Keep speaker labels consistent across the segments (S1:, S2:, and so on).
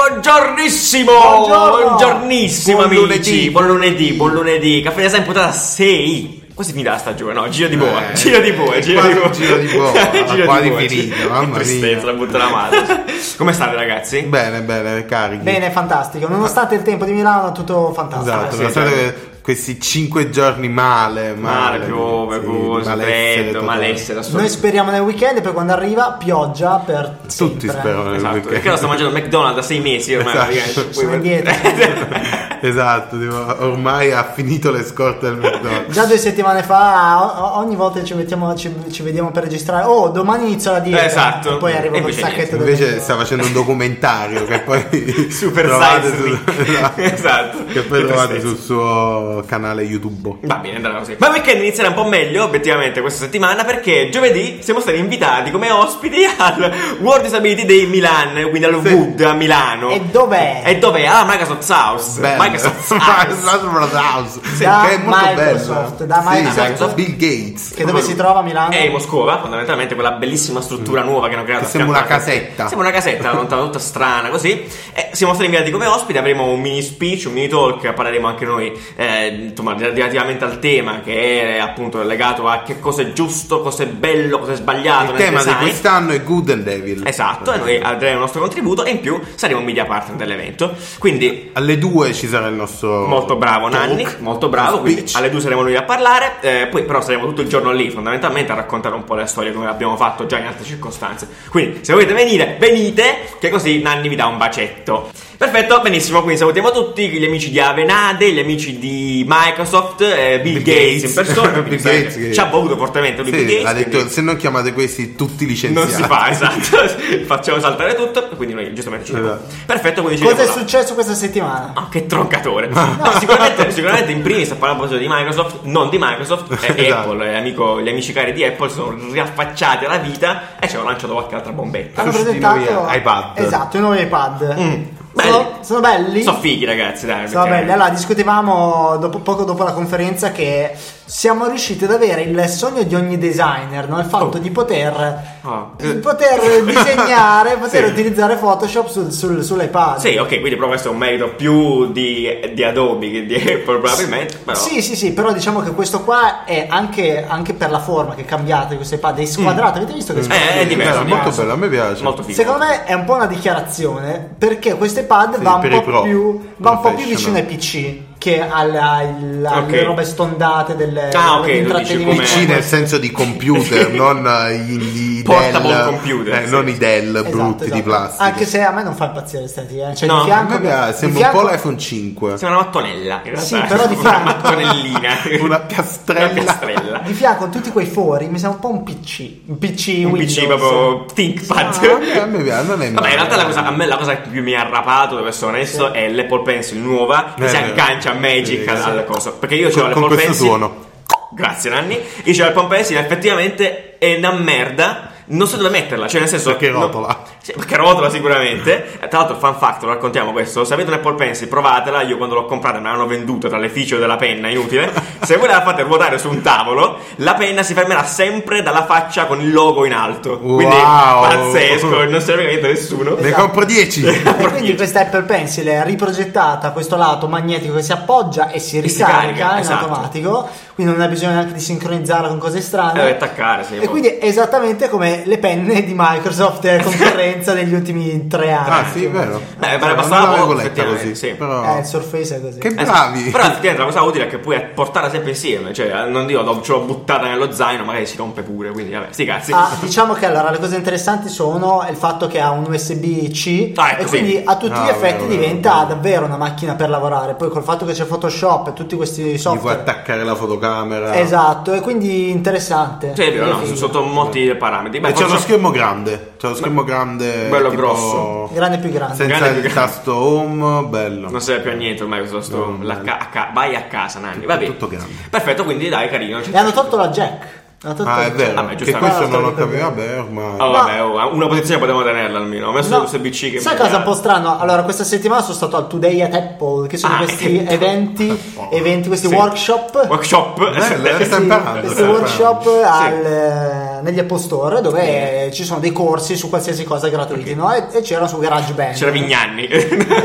S1: Buongiornissimo!
S2: Buongiorno!
S1: Buongiornissimo
S2: Buon
S1: amici!
S2: lunedì,
S1: buon lunedì, buon lunedì! Caffè Design puntata 6! Quasi finita la stagione, no? Giro di boa,
S2: Eh,
S1: giro di boa,
S2: è
S1: giro
S2: quasi
S1: di boa.
S2: un giro di boa,
S1: Giro
S2: quasi
S1: di boa,
S2: finito,
S1: sì.
S2: mamma
S1: Che tristezza, la
S2: mia.
S1: butto la madre. Come state ragazzi?
S2: Bene, bene, carichi.
S3: Bene, Ah, fantastico. Nonostante il tempo di Milano, tutto fantastico.
S2: Esatto,
S1: sì,
S2: pensate
S1: cioè-
S2: che questi cinque giorni male, male,
S1: Male, piove,
S2: sì,
S1: cosa,
S2: malessere
S1: freddo,
S2: totale.
S1: malessere,
S3: Noi
S1: assolutamente.
S3: speriamo nel weekend, poi quando arriva, pioggia per
S2: Tutti
S3: sempre.
S2: sperano nel
S1: Esatto,
S2: weekend.
S1: perché ora sto mangiando McDonald's da sei mesi ormai.
S2: Esatto.
S1: praticamente.
S3: Sono
S1: Poi-
S3: indietro.
S2: Esatto, tipo, ormai ha finito le scorte del McDonald's.
S3: Già due settimane fa, o- ogni volta ci, mettiamo- ci- ci vediamo per registrare. Oh, domani inizio la dieta.
S1: Eh, esatto.
S3: E poi arriva
S1: E
S3: col
S1: invece
S3: sacchetto
S1: niente.
S3: del
S2: Invece sta facendo un documentario che poi
S1: Super
S2: trovate
S1: size
S2: sul-
S1: me. Esatto.
S2: Che poi
S1: Che
S2: trovate
S1: tristezza.
S2: sul suo canale YouTube.
S1: Va bene, andrà così. Ma il weekend inizierà un po' meglio, obiettivamente, questa settimana, perché giovedì siamo stati invitati come ospiti al World Disability Day Milan, quindi al
S2: Sì.
S1: Wood a Milano.
S3: E dov'è?
S1: E dov'è? Ah, Microsoft House.
S2: Bello.
S1: Microsoft House.
S2: Microsoft Brothers.
S3: Da
S2: che è molto
S3: Microsoft,
S2: bello.
S3: da
S2: Sì,
S3: Microsoft.
S2: da Bill Gates.
S3: Che dove si trova a Milano?
S1: E Moscova, fondamentalmente quella bellissima struttura nuova che hanno creato.
S2: Mm. Che sembra
S1: affianco
S2: una
S1: alla-
S2: casetta.
S1: Sembra una casetta, lontana, tutta strana, così. E siamo stati invitati come ospiti, avremo un mini speech, un mini talk, parleremo anche noi, eh, insomma, relativamente al tema che è appunto legato a che cosa è giusto, cosa è bello, cosa è sbagliato.
S2: Il
S1: nel
S2: tema di
S1: design.
S2: quest'anno è Good and Evil.
S1: Esatto, e noi daremo il nostro contributo e in più saremo media partner dell'evento. Quindi
S2: Alle 2 ci sarà il nostro.
S1: molto bravo
S2: talk,
S1: Nanni, molto bravo, quindi
S2: speech.
S1: alle due saremo noi a parlare, eh, poi però saremo tutto il giorno lì fondamentalmente a raccontare un po' la storia come abbiamo fatto già in altre circostanze. Quindi se volete venire, venite, che così Nanni vi dà un bacetto. Perfetto, benissimo, quindi salutiamo tutti gli amici di Avenade, gli amici di Microsoft, eh, Bill,
S2: Bill
S1: Gates,
S2: Gates.
S1: in persona, quindi
S2: Bill
S1: sapete,
S2: Gates che-
S1: ci ha voluto fortemente lui
S2: Sì,
S1: Bill Gates.
S2: l'ha detto,
S1: quindi-
S2: se non chiamate questi tutti
S1: non
S2: licenziati.
S1: si fa, esatto. Facciamo saltare tutto. Quindi noi giustamente ci siamo.
S2: Esatto.
S1: Perfetto, quindi ci
S3: Cosa è
S1: vediamo là.
S3: successo questa settimana?
S1: Ah, che troncatore! No, sicuramente, sicuramente in primis a parlare proprio di Microsoft, non di Microsoft, e
S2: Esatto.
S1: Apple, eh, amico- gli amici cari di Apple sono riaffacciati alla vita e ci hanno lanciato qualche altra bombetta.
S3: Hanno
S2: Suscitino
S3: presentato
S2: via iPad.
S3: Esatto, i nuovi iPad.
S1: eh, Mm,
S3: Sono,
S1: belli.
S3: sono belli.
S1: Sono fighi, ragazzi, dai.
S3: Sì, va
S1: perché-
S3: bene, allora discutevamo dopo- poco dopo la conferenza che siamo riusciti ad avere il sogno di ogni designer, no? il fatto
S1: Oh.
S3: di poter,
S1: Ah.
S3: di poter disegnare, poter utilizzare Photoshop sul, sul- sull'iPad.
S1: Sì, ok, quindi però questo è un merito più di, di Adobe che di Apple, probabilmente. Però...
S3: Sì, sì, sì, però diciamo che questo qua è anche, anche per la forma che cambiate questo iPad, è squadrato, avete visto che è squadrato?
S1: Mm. Eh, è diverso,
S2: Bello,
S1: diverso.
S2: molto bello, a me piace.
S1: Molto figo.
S3: Secondo me è un po' una dichiarazione perché questo iPad
S2: Sì,
S3: va, un
S2: per i pro
S3: po, più, va un po' più
S2: professional.
S3: vicino ai PC che alla- al- alle
S1: Ok.
S3: robe stondate delle
S1: Ah, ok, tu dici
S3: dell'intrattenimento.
S1: come-
S2: PC nel senso di computer, non eh, gli, gli
S1: Portable
S2: Dell,
S1: computer,
S2: eh,
S1: sì.
S2: non i Dell brutti
S3: Esatto,
S2: di
S3: esatto.
S2: plastica.
S3: Anche se a me non fa impazzire stati, eh. cioè
S1: No,
S3: di
S2: a
S3: fianco
S2: me piace,
S3: di
S2: sembra
S3: fianco-
S2: un po' l'iPhone 5,
S1: Sembra una mattonella, in realtà.
S3: Sì, però di
S1: una
S3: fianco.
S1: mattonellina.
S2: una
S1: Una
S2: piastrella.
S1: piastrella.
S3: di fianco a tutti quei fori mi sembra un po' un PC, un PC
S1: un
S3: Windows.
S1: PC proprio ThinkPad.
S2: Ah, a me- a me piace, non è
S1: Vabbè,
S2: male.
S1: in realtà la cosa, a me la cosa che più mi ha rapato, devo essere onesto, è l'Apple Pencil nuova che
S2: Eh,
S1: si
S2: vero.
S1: aggancia a Magic
S2: Sì,
S1: al,
S2: sì.
S1: al coso. Perché io
S2: Con-
S1: c'ho
S2: con
S1: l'Apple
S2: questo
S1: Pencil.
S2: suono.
S1: Grazie, Nanni. Io c'ho l'Apple Pencil, effettivamente è una merda. Non so dove metterla, cioè nel senso
S2: Perché
S1: non-
S2: rotola.
S1: Sì, perché rotola sicuramente. Eh, Tra l'altro, fan fact, lo raccontiamo questo. Se avete un Apple Pencil, provatela. Io quando l'ho comprata me l'hanno venduta tra le feature della penna, inutile. Se voi la fate ruotare su un tavolo, la penna si fermerà sempre dalla faccia con il logo in alto. Quindi
S2: Wow.
S1: pazzesco, non serve niente a nessuno.
S2: Ne
S3: Esatto.
S2: compro 10.
S3: E quindi questa Apple Pencil è riprogettata a questo lato magnetico che si appoggia e si
S1: E si
S3: ricarica
S1: carica,
S3: in
S1: esatto.
S3: automatico, quindi non hai bisogno neanche di sincronizzarla con cose strane.
S1: Eh, Deve attaccare, sì,
S3: E
S1: boh.
S3: quindi è esattamente come le penne di Microsoft e concorrenza degli ultimi tre anni.
S2: Ah, sì, vero.
S1: Beh,
S2: Cioè, non
S1: bastava
S2: l'avevo
S1: poco,
S2: letta
S1: effettivamente,
S2: così.
S1: sì.
S2: Però...
S3: Eh, il Surface è così.
S2: Che
S1: Eh sì,
S2: bravi.
S1: Però effettivamente la cosa utile è che puoi portarla sempre insieme. Cioè, non dico l'ho- ce l'ho buttata nello zaino, magari si rompe pure. Quindi, vabbè, sti cazzi.
S3: Ah, diciamo che allora le cose interessanti sono il fatto che ha un USB-C
S1: Ah, ecco,
S3: e quindi
S1: sì.
S3: a tutti
S2: Ah,
S3: gli
S2: vero,
S3: effetti
S2: vero,
S3: diventa
S2: vero.
S3: davvero una macchina per lavorare. Poi col fatto che c'è Photoshop e tutti questi
S2: Gli puoi
S3: software.
S2: attaccare la fotocamera. Eh,
S3: Esatto, e quindi interessante.
S1: Cioè, è vero, no,
S3: Figo.
S1: sono sotto molti parametri. Beh,
S2: E c'è
S1: forse-
S2: uno schermo grande. C'è uno schermo grande.
S1: Bello
S2: tipo-
S1: grosso.
S3: Grande più grande.
S2: Senza
S1: Grande più
S2: il
S1: grande.
S2: tasto home, bello.
S1: Non serve più a niente ormai questo sto-
S2: No,
S1: la
S2: no.
S1: ca- a ca- vai a casa, Nanni. Va bene.
S2: tutto grande.
S1: Perfetto, quindi dai, carino. c'è-
S3: E hanno tolto la jack. Hanno tolto
S2: Ah,
S3: la
S2: è vero.
S3: jack.
S1: Vabbè,
S2: che
S1: giustamente.
S2: questo
S3: Ah,
S2: non ho
S3: sto
S2: capito.
S3: capendo.
S2: Vabbè, ormai.
S1: Oh,
S3: Ma-
S1: vabbè, oh, una posizione potevamo tenerla almeno. Ho messo
S3: No,
S1: questo BC che.
S3: sai
S1: mi-
S3: cosa è un po' strano? Allora, questa settimana sono stato al Today at Apple, che sono
S1: Ah,
S3: questi
S1: Apple.
S3: eventi, eventi, questi
S1: Sì.
S3: workshop.
S1: Workshop.
S2: Bello,
S1: Sì.
S2: sta imparando,
S3: questi
S2: sta imparando.
S3: workshop al, eh, negli Apple Store dove
S1: Bene.
S3: eh, ci sono dei corsi su qualsiasi cosa gratuiti, no? E, e c'era su GarageBand. Eh,
S1: C'era Vignanni.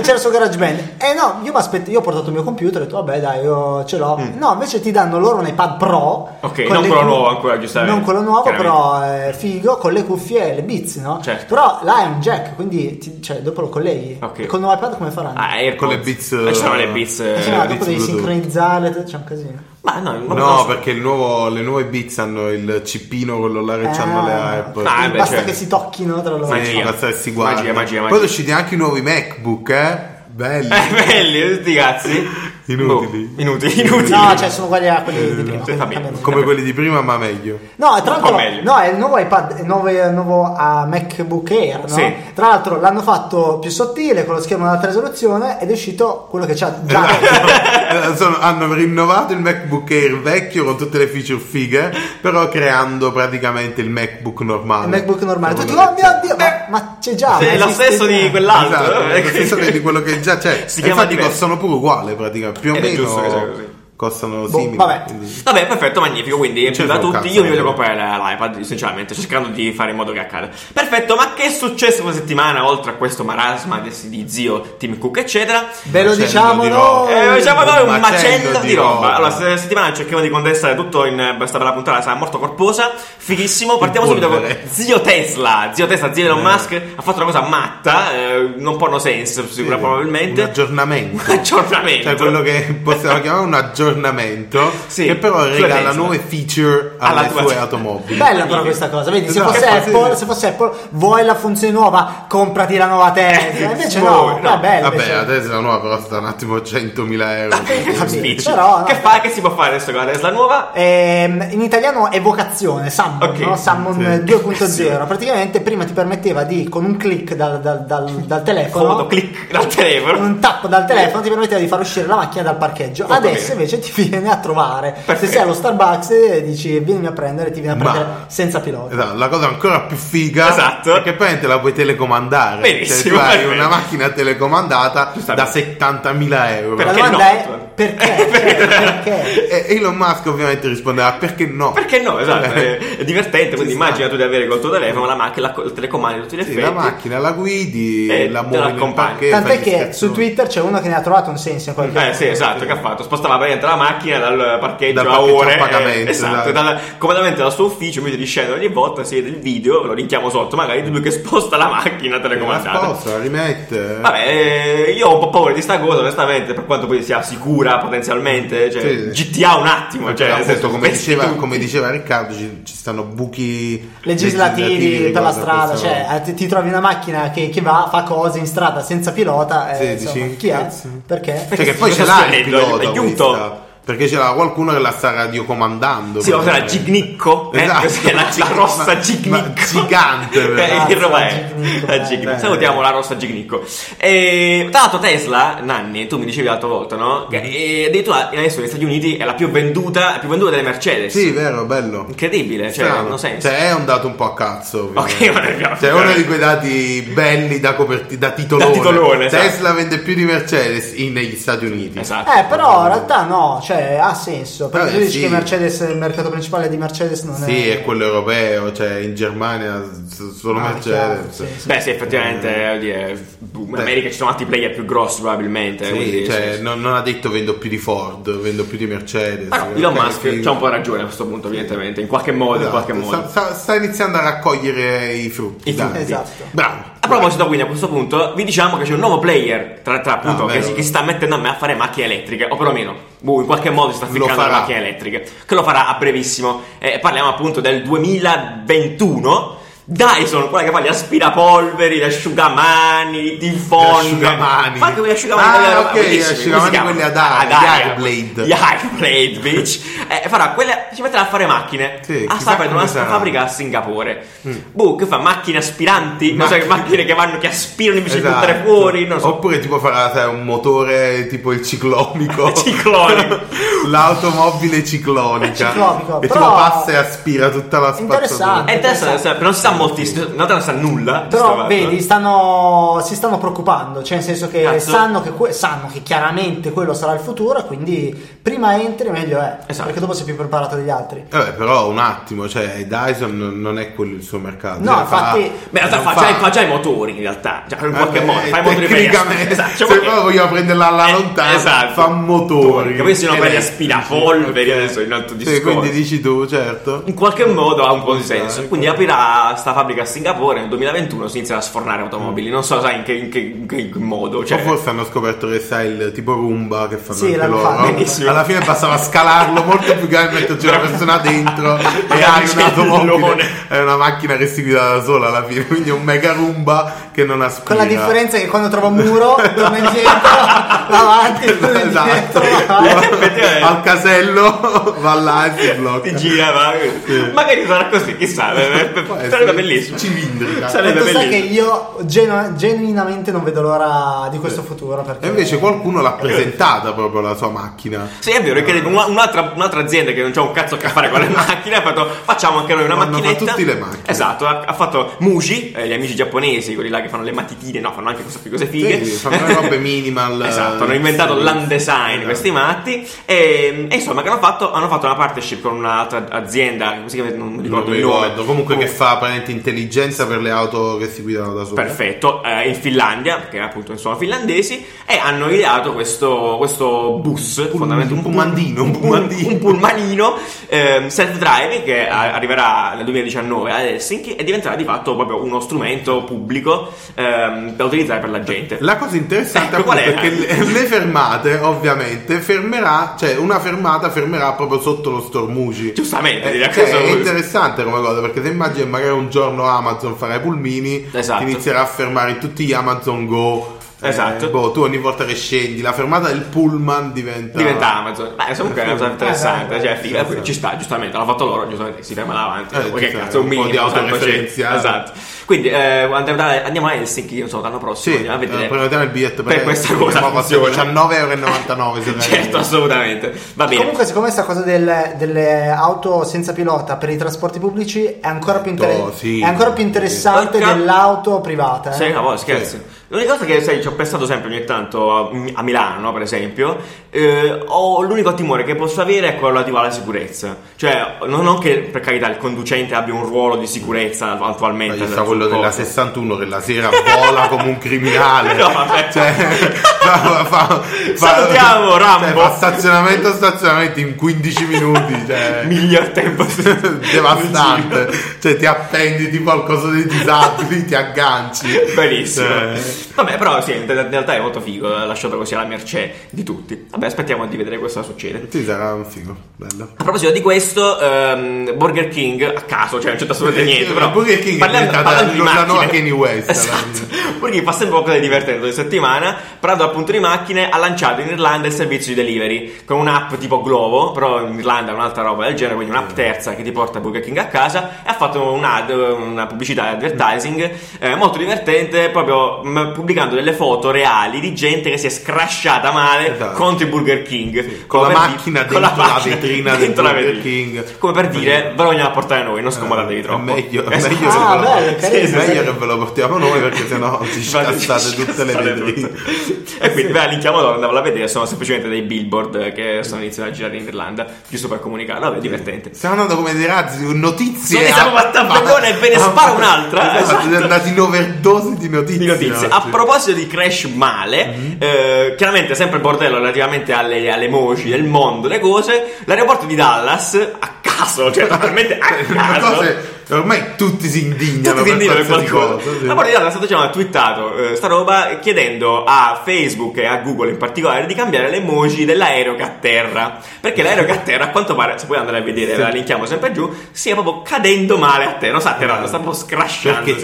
S3: C'era su GarageBand. E no, io, m'aspett- io ho portato il mio computer e ho detto, vabbè dai, io ce l'ho. No, invece ti danno loro un iPad Pro.
S1: Mm. Ok,
S3: con
S1: non
S3: le
S1: quello
S3: cu-
S1: nuovo ancora, giustamente.
S3: Non quello nuovo,
S1: Chiaramente.
S3: però eh, figo, con le cuffie e le Beats, no?
S1: Certo.
S3: Però là è un jack, quindi ti- cioè, dopo lo colleghi.
S1: Ok.
S3: E con il nuovo iPad come faranno?
S1: Ah, Airpods.
S2: Con le Beats,
S1: Eh, c'erano le Beats. eh,
S3: Eh sì, ma dopo
S2: Beats
S3: devi
S2: Bluetooth.
S3: sincronizzare, t- c'è un casino.
S1: Ma no, non
S2: No,
S1: conosco.
S2: perché il nuovo- le nuove Beats hanno il cippino, quello là che
S3: Ah.
S2: hanno le AirPods.
S1: Ah, beh,
S3: Basta
S1: certo.
S3: che si tocchino tra loro.
S1: Magia.
S2: Sì, pazzesco, si guarda.
S1: Magia, magia, magia.
S2: Poi sono usciti anche i nuosti nuovi MacBook, eh? Belli.
S1: Eh, belli, tutti i cazzi.
S2: Inutili.
S1: Boh, inutili, inutili.
S3: No, cioè sono uguali a quelli di prima.
S1: sì, va bene.
S3: Vabbè.
S2: Come quelli di prima, ma meglio.
S3: No, tra
S1: Un po'
S3: l'altro,
S1: meglio.
S3: no, è il nuovo iPad, il nuovo, il nuovo ah, MacBook Air. No?
S1: Sì.
S3: Tra l'altro, l'hanno fatto più sottile con lo schermo ad alta risoluzione ed è uscito quello che c'ha già.
S1: Esatto.
S2: Eh, sono- hanno rinnovato il MacBook Air vecchio con tutte le feature fighe, però creando praticamente il MacBook normale.
S3: il MacBook normale. Tutti,
S2: Quello
S3: oh
S2: che
S3: mio
S2: c'è.
S3: dio, ma, ma c'è già.
S1: Eh. Sì,
S3: ma
S1: è lo
S3: esiste
S1: stesso
S3: già.
S1: di quell'altro.
S2: Esatto,
S1: eh,
S2: lo stesso
S1: quindi-
S2: di quello che già c'è.
S1: Si
S2: E
S1: chiama
S2: infatti
S1: diverso.
S2: costano pure uguale, praticamente. Più o
S1: Ed è giusto che sia
S2: meno
S1: così.
S2: costano
S3: Boh,
S2: simili.
S3: vabbè.
S2: quindi-
S1: Vabbè, perfetto, magnifico. Quindi è
S2: C'è
S1: piaciuto a
S2: un
S1: tutti.
S2: cazzo,
S1: Io mi voglio
S2: vero.
S1: comprare la- l'iPad, sinceramente, cercando di fare in modo che accada. Perfetto, ma che è successo questa settimana oltre a questo marasma di, di zio Tim Cook, eccetera?
S3: Ve lo
S2: Macello
S3: diciamo
S2: di
S3: noi.
S2: roba.
S1: Eh, diciamo noi un
S2: Un
S1: macello
S2: macello
S1: di
S2: di
S1: roba.
S2: roba.
S1: Allora, questa settimana cerchiamo di condensare tutto in eh, questa bella puntata, sarà molto corposa, fighissimo. Partiamo subito con
S2: polvere.
S1: zio Tesla. Zio Tesla, zio Elon
S2: Eh.
S1: Musk, ha fatto una cosa matta, eh, non porno sense, sicura probabilmente.
S2: Un aggiornamento.
S1: aggiornamento.
S2: Cioè quello che possiamo chiamare un aggiornamento
S1: Sì,
S2: che però
S1: sulle
S2: regala
S1: Tesla.
S2: nuove feature
S1: Alla
S2: alle
S1: tua-
S2: sue automobili.
S3: Bella però questa cosa, vedi, se
S2: Esatto.
S3: fosse,
S2: Che fastidio.
S3: Apple, se fosse Apple, vuoi la funzione nuova, comprati la nuova Tesla, invece no,
S1: Vuoi, no.
S3: no, è bella.
S2: Vabbè,
S3: invece.
S2: la Tesla nuova però sta un attimo 100.000 euro.
S1: Spicci.
S3: Però, no.
S1: che, fa, che si può fare adesso con la Tesla nuova? Eh,
S3: Ehm, in italiano è vocazione, Summon,
S1: Ok,
S3: no? Summon
S2: sì.
S3: 2.0. Praticamente prima ti permetteva di, con un click dal, dal- dal- dal telefono,
S1: Foto, click dal telefono.
S3: con un tappo dal telefono, ti permetteva di far uscire la macchina dal parcheggio.
S1: Molto
S3: Adesso
S1: bene.
S3: invece ti viene a trovare.
S1: Perfetto.
S3: Se sei allo Starbucks e dici vienimi a prendere, ti viene a
S2: Ma-
S3: prendere senza pilota.
S2: Esatto, la cosa ancora più figa
S1: Esatto.
S2: è che praticamente la puoi telecomandare.
S1: Benissimo,
S2: cioè, tu hai
S1: perfetto.
S2: una macchina telecomandata da
S1: Giustamente.
S2: 70.000 euro.
S1: Perché
S3: la
S1: no?
S3: domanda è perché? Cioè, perché?
S2: E Elon Musk ovviamente rispondeva perché no?
S1: Perché no, esatto, è, è divertente, quindi
S2: Ci
S1: immagina tu di avere col tuo telefono la macchina, la, il telecomando, tutti gli
S2: Sì,
S1: effetti.
S2: la macchina la guidi,
S1: E
S2: la
S1: te
S2: muovi
S1: la
S2: nel
S1: accompagni.
S2: parcheggio, fai
S3: Tant'è
S2: gli
S3: che
S2: scherzoni.
S3: su Twitter c'è uno che ne ha trovato un senso in qualche
S1: Eh sì, esatto, che ha fatto? Spostava praticamente la macchina dal parcheggio
S2: Dal
S1: a
S2: parcheggio a
S1: ore. eh,
S2: pagamento,
S1: esatto,
S2: dai.
S1: dal, comodamente dal suo ufficio, invece di scendere ogni volta, si vede il video, lo linkiamo sotto, magari di lui che sposta la macchina
S2: la
S1: telecomandata.
S2: sposta, la rimette.
S1: Vabbè, eh, io ho un po' paura di sta cosa, onestamente, per quanto poi sia sicura potenzialmente, cioè
S2: Sì, sì.
S1: GTA un attimo,
S2: Perché,
S1: cioè, nel
S2: appunto,
S1: senso,
S2: come,
S1: pensi
S2: diceva,
S1: tu-
S2: come diceva Riccardo, ci, ci stanno buchi
S3: legislativi, per la
S2: riguardo a
S3: strada,
S2: questa
S3: cioè
S2: roba.
S3: eh, ti, ti trovi una macchina che, che va, fa cose in strada senza pilota, eh,
S2: Sì,
S3: insomma,
S2: dici,
S3: chi è?
S2: cazzo.
S3: Perché?
S2: Cioè, che poi
S1: Cosa
S2: ce
S1: sta
S2: l'ha il
S1: vedendo?
S2: pilota
S1: Aiuto!
S2: questa, perché ce l'ha qualcuno che la sta radiocomandando.
S1: Sì, ma sarà
S2: praticamente.
S1: Gignicco, eh?
S2: Esatto.
S1: Questa è la, la rossa
S2: Ma- ma
S1: Gignicco.
S2: gigante, però.
S1: Eh, che roba è?
S3: Cazzo, la Gignicco, eh.
S1: La
S3: dai,
S1: Gignicco.
S2: dai.
S1: Salutiamo la rossa Gignicco. E, tra l'altro Tesla, Nanni, tu mi dicevi l'altra volta, no?
S2: Mm.
S1: Che eh, addirittura adesso negli Stati Uniti è la più venduta, la più venduta delle Mercedes.
S2: Sì, vero, bello.
S1: Incredibile, cioè,
S2: Strano.
S1: non ha senso.
S2: Cioè, è un dato un po' a cazzo. ovviamente.
S1: Ok, ma ne abbiamo-
S2: Cioè, è uno di quei dati belli da, coperti- da titolone.
S1: Da titolone, esatto.
S2: Tesla vende più di Mercedes in- negli Stati Uniti.
S1: Esatto.
S3: Eh, però in realtà no, cioè ha senso, perché
S2: Vabbè,
S3: tu dici
S2: sì.
S3: che Mercedes, il mercato principale di Mercedes non
S2: Sì,
S3: è...
S2: è quello europeo, cioè in Germania s- solo
S3: Ah, chiaro,
S2: Mercedes.
S3: sì, sì.
S1: Beh, sì, effettivamente, eh, voglio dire, in America ci sono altri player più grossi probabilmente.
S2: Sì,
S1: quindi,
S2: cioè,
S1: sì, sì.
S2: Non, non ha detto vendo più di Ford, vendo più di Mercedes. Cioè,
S1: Però Elon Musk c'ha un po' ragione a questo punto, evidentemente, in qualche modo,
S2: Esatto,
S1: in qualche modo.
S2: Sta, sta- sta iniziando a raccogliere i frutti.
S1: I frutti.
S2: dai.
S3: Esatto.
S2: Bravo.
S1: A proposito, quindi a questo punto vi diciamo che c'è un nuovo player tra, tra appunto
S2: Ah,
S1: che,
S2: vero.
S1: si- che si sta mettendo a me a fare macchine elettriche, o perlomeno boh, in qualche modo si sta
S2: Lo
S1: ficcando le
S2: farà.
S1: macchine elettriche, che lo farà a brevissimo. Eh, parliamo appunto del 2021. Dyson, quella che fa gli aspirapolveri, gli asciugamani, i fong.
S2: asciugamani.
S1: Fa anche quegli asciugamani.
S2: Ah,
S1: quella roba
S2: ok,
S1: bellissima, come
S2: gli
S1: si
S2: asciugamani
S1: chiama?
S2: quelli ad aria,
S1: Ad
S2: gli
S1: aria.
S2: Airblade.
S1: Gli Airblade, bitch. Eh, farà quella, ci metterà a fare macchine.
S2: Sì,
S1: ah,
S2: chissà
S1: sta aprendo
S2: come
S1: una
S2: sarà.
S1: fabbrica a Singapore. Boh, che fa? Macchine aspiranti? Non so,
S2: Mm. Macchine-
S1: che macchine che vanno, che aspirano invece di
S2: Esatto.
S1: buttare fuori, non so.
S2: Oppure tipo farà sai, un motore tipo il ciclonico.
S1: Cicloni.
S2: L'automobile ciclonica.
S3: Ciclonica,
S2: E
S3: però-
S2: tipo passa e aspira tutta la spazzatura.
S3: Interessante.
S1: È interessante, per non si sa moltissimo. In realtà non sa nulla. di sta
S3: Però
S1: roba.
S3: vedi, stanno, si stanno preoccupando, cioè nel senso che
S2: Esatto.
S1: Cazzo.
S3: sanno che, que- sanno che chiaramente quello sarà il futuro, e quindi prima entri meglio è,
S1: Esatto.
S3: perché dopo sei più preparato degli altri.
S2: Eh, Vabbè, però un attimo, cioè Dyson non- non è quello il suo mercato.
S3: No,
S2: Cioè,
S3: infatti-
S1: Beh, in realtà
S2: non
S1: fa, Già, fa già i motori, in realtà. Cioè, in
S2: Eh,
S1: qualche
S2: beh,
S1: modo, fa i motori per
S2: tecnicamente,
S1: esatto,
S2: se
S1: cioè,
S2: poi vogliamo prenderla alla
S1: Eh,
S2: lontana,
S1: esatto.
S2: fa motori. Eh,
S1: Che poi se no prendi
S2: elettrici.
S1: aspirapolveri, adesso è un altro
S2: Sì,
S1: discorso.
S2: quindi dici tu, certo.
S1: in qualche modo ha un po' di senso.
S2: Esatto.
S1: Quindi aprirà sta fabbrica a Singapore nel 2021 si inizierà a sfornare automobili. Non so, sai in che, in che- in che modo. Cioè,
S2: o forse hanno scoperto che sai il tipo Roomba che fanno
S3: Sì,
S2: anche
S3: l'hanno
S2: loro.
S3: fatto.
S1: Benissimo.
S2: Alla fine bastava scalarlo molto più che metterci una persona dentro e hai
S1: Cellone.
S2: un'automobile. È una macchina che si guida da sola alla fine, quindi è un mega Roomba che non aspira.
S3: Con la differenza che quando trovo un muro, torno indietro, avanti, torno
S2: Esatto.
S3: indietro, avanti.
S1: Effettivamente.
S2: Al casello va là e si blocca.
S1: Eh. ti gira, va. Magari sarà così, chissà. eh,
S2: Può
S1: Sarebbe
S2: essere
S1: bellissimo.
S2: Cilindrica.
S1: Sarebbe
S3: Tanto sai che
S1: bellissimo.
S3: io genu- genuinamente non vedo l'ora di questo futuro. Perché
S2: E invece qualcuno l'ha presentata proprio la sua macchina.
S1: Sì, è vero, è che un- un'altra, un'altra azienda che non c'ha un cazzo a che fare con le macchine ha fatto facciamo anche noi una
S2: Fanno- fa
S1: macchinetta.
S2: tutti le macchine.
S1: Esatto, ha, ha fatto Muji, eh, gli amici giapponesi, quelli là che fanno le matitine, no, fanno anche cose, cose fighe.
S2: Sì, fanno le robe minimal. eh,
S1: Esatto, hanno inventato
S2: Sì.
S1: l'and design
S2: Esatto.
S1: questi matti e, e insomma che hanno fatto, hanno fatto una partnership con un'altra azienda, come si chiama, non mi
S2: Non
S1: ricordo
S2: mi
S1: il nome.
S2: ricordo. Comunque che fa praticamente intelligenza per le auto che si guidano da sole.
S1: Perfetto, eh, in Finlandia, perché appunto sono finlandesi, e hanno ideato questo, questo bus, fondamentalmente
S2: un pullmanino,
S1: un,
S2: un pullmanino.
S1: un pullmanino ehm, self-driving che a- arriverà nel 2019 a Helsinki e diventerà di fatto proprio uno strumento pubblico ehm, da utilizzare per la gente.
S2: La cosa interessante
S1: Ecco, qual
S2: appunto,
S1: era?
S2: è che le, le fermate, ovviamente, fermerà, cioè una fermata fermerà proprio sotto lo stormugi.
S1: Giustamente,
S2: Eh,
S1: direi, a
S2: cioè,
S1: cosa
S2: è
S1: vuoi-
S2: interessante come cosa perché se immagini magari un giorno Amazon farà i pulmini
S1: Esatto.
S2: ti inizierà a fermare in tutti gli Amazon Go eh,
S1: Esatto.
S2: boh, tu ogni volta che scendi la fermata del pullman diventa
S1: Diventa Amazon, beh, comunque è una cosa interessante.
S3: Eh,
S1: Cioè,
S2: sì,
S1: figa,
S2: sì.
S1: ci sta, giustamente. L'ha fatto loro, giustamente. Si ferma davanti.
S2: Eh,
S1: perché
S2: ci sta,
S1: cazzo, è un
S2: un po'
S1: minimo
S2: di
S1: santo cielo.
S2: autoreferenziale.
S1: Esatto. Quindi eh, andiamo, da- andiamo a Helsinki. Io sono l'anno prossimo.
S2: sì,
S1: andiamo a vedere.
S2: eh, prenotiamo il biglietto
S1: per questa cosa funziona.
S2: 19,99 se vai. eh,
S1: certo, assolutamente. Va bene.
S3: Comunque, secondo me, sta cosa del- delle auto senza pilota per i trasporti pubblici è ancora più, inter-
S2: Oh, sì.
S3: è ancora più interessante
S1: Porca-
S3: dell'auto privata. eh.
S1: Sì, no, boh, scherzi. L'unica cosa che sai, ci ho pensato sempre ogni tanto a, a Milano, no, per esempio, eh, ho- l'unico timore che posso avere è quello relativo alla sicurezza. Cioè, non, non che per carità il conducente abbia un ruolo di sicurezza attualmente.
S2: Ci sta
S1: sul
S2: quello della
S1: corpo.
S2: 61 che la sera vola come un criminale.
S1: No, vabbè.
S2: Cioè, fa, fa-
S1: Salutiamo Rambo.
S2: cioè, fa stazionamento a stazionamento in 15 minuti. Cioè,
S1: Miglior tempo
S2: devastante. Cioè, ti appendi tipo al coso dei disabili, ti agganci.
S1: Benissimo.
S2: Cioè,
S1: Vabbè, però sì, in in realtà è molto figo, eh, lasciato così alla mercé di tutti. Vabbè, aspettiamo di vedere cosa succede.
S2: sì, sarà un figo. Bello.
S1: A proposito di questo, ehm, Burger King a caso, cioè non c'entra assolutamente
S2: Sì,
S1: niente.
S2: sì,
S1: Però
S2: Eh, Burger King è diventata la
S1: macchine-
S2: nuova Kanye West, alla
S1: Esatto.
S2: fine.
S1: Burger King fa sempre qualcosa di divertente ogni settimana. Parlando appunto di macchine, ha lanciato in Irlanda il servizio di delivery con un'app tipo Glovo, però in Irlanda è un'altra roba del genere, quindi un'app terza che ti porta Burger King a casa. E ha fatto un ad, una pubblicità advertising
S2: Mm.
S1: eh, molto divertente, proprio mh, pubblicando delle foto reali di gente che si è scrasciata male
S2: Esatto.
S1: contro i Burger King
S2: Con la
S1: Come per di-
S2: macchina
S1: con
S2: dentro la,
S1: macchina
S2: vetrina del
S1: dentro la
S2: Burger
S1: vetrina.
S2: King. Eh,
S1: Come per dire, ve lo andiamo a portare noi, non scomodatevi troppo.
S2: È meglio, è
S1: Esatto.
S2: meglio,
S3: Ah,
S2: che, ve
S3: bello,
S2: lo,
S3: carino.
S2: è meglio che ve lo portiamo noi perché sennò ci
S1: Infatti,
S2: scassate tutte le
S1: scassate
S2: vetrine.
S1: tutte. e quindi beh, linkiamo loro andavo a vedere sono semplicemente dei billboard che sono iniziati a girare in Irlanda giusto per comunicare vabbè divertente
S2: Stiamo andando come dei razzi, notizie.
S1: Sì, siamo fatti a vagone e ve ne
S2: a-
S1: sparo un'altra,
S2: Esatto,
S1: esatto.
S2: siamo andati in overdose di notizie.
S1: di notizie.
S2: oggi.
S1: A proposito di crash male,
S2: Mhm.
S1: eh, chiaramente sempre il bordello relativamente alle, alle emoji del mondo, le cose, l'aeroporto di Dallas, a caso, cioè veramente a
S2: Ma
S1: caso,
S2: cose- ormai tutti si indignano
S1: Tutti quindi per
S2: qualsiasi
S1: qualcosa.
S2: cosa, sì.
S1: La Guardia di Data stato già ha twittato eh, sta roba chiedendo a Facebook e a Google in particolare di cambiare le emoji dell'aereo che atterra. Perché l'aereo che atterra, a quanto pare, se puoi andare a vedere, la linkiamo sempre giù, stia proprio cadendo male a terra. Non sta atterrando, sta proprio scrasciando.
S2: Perché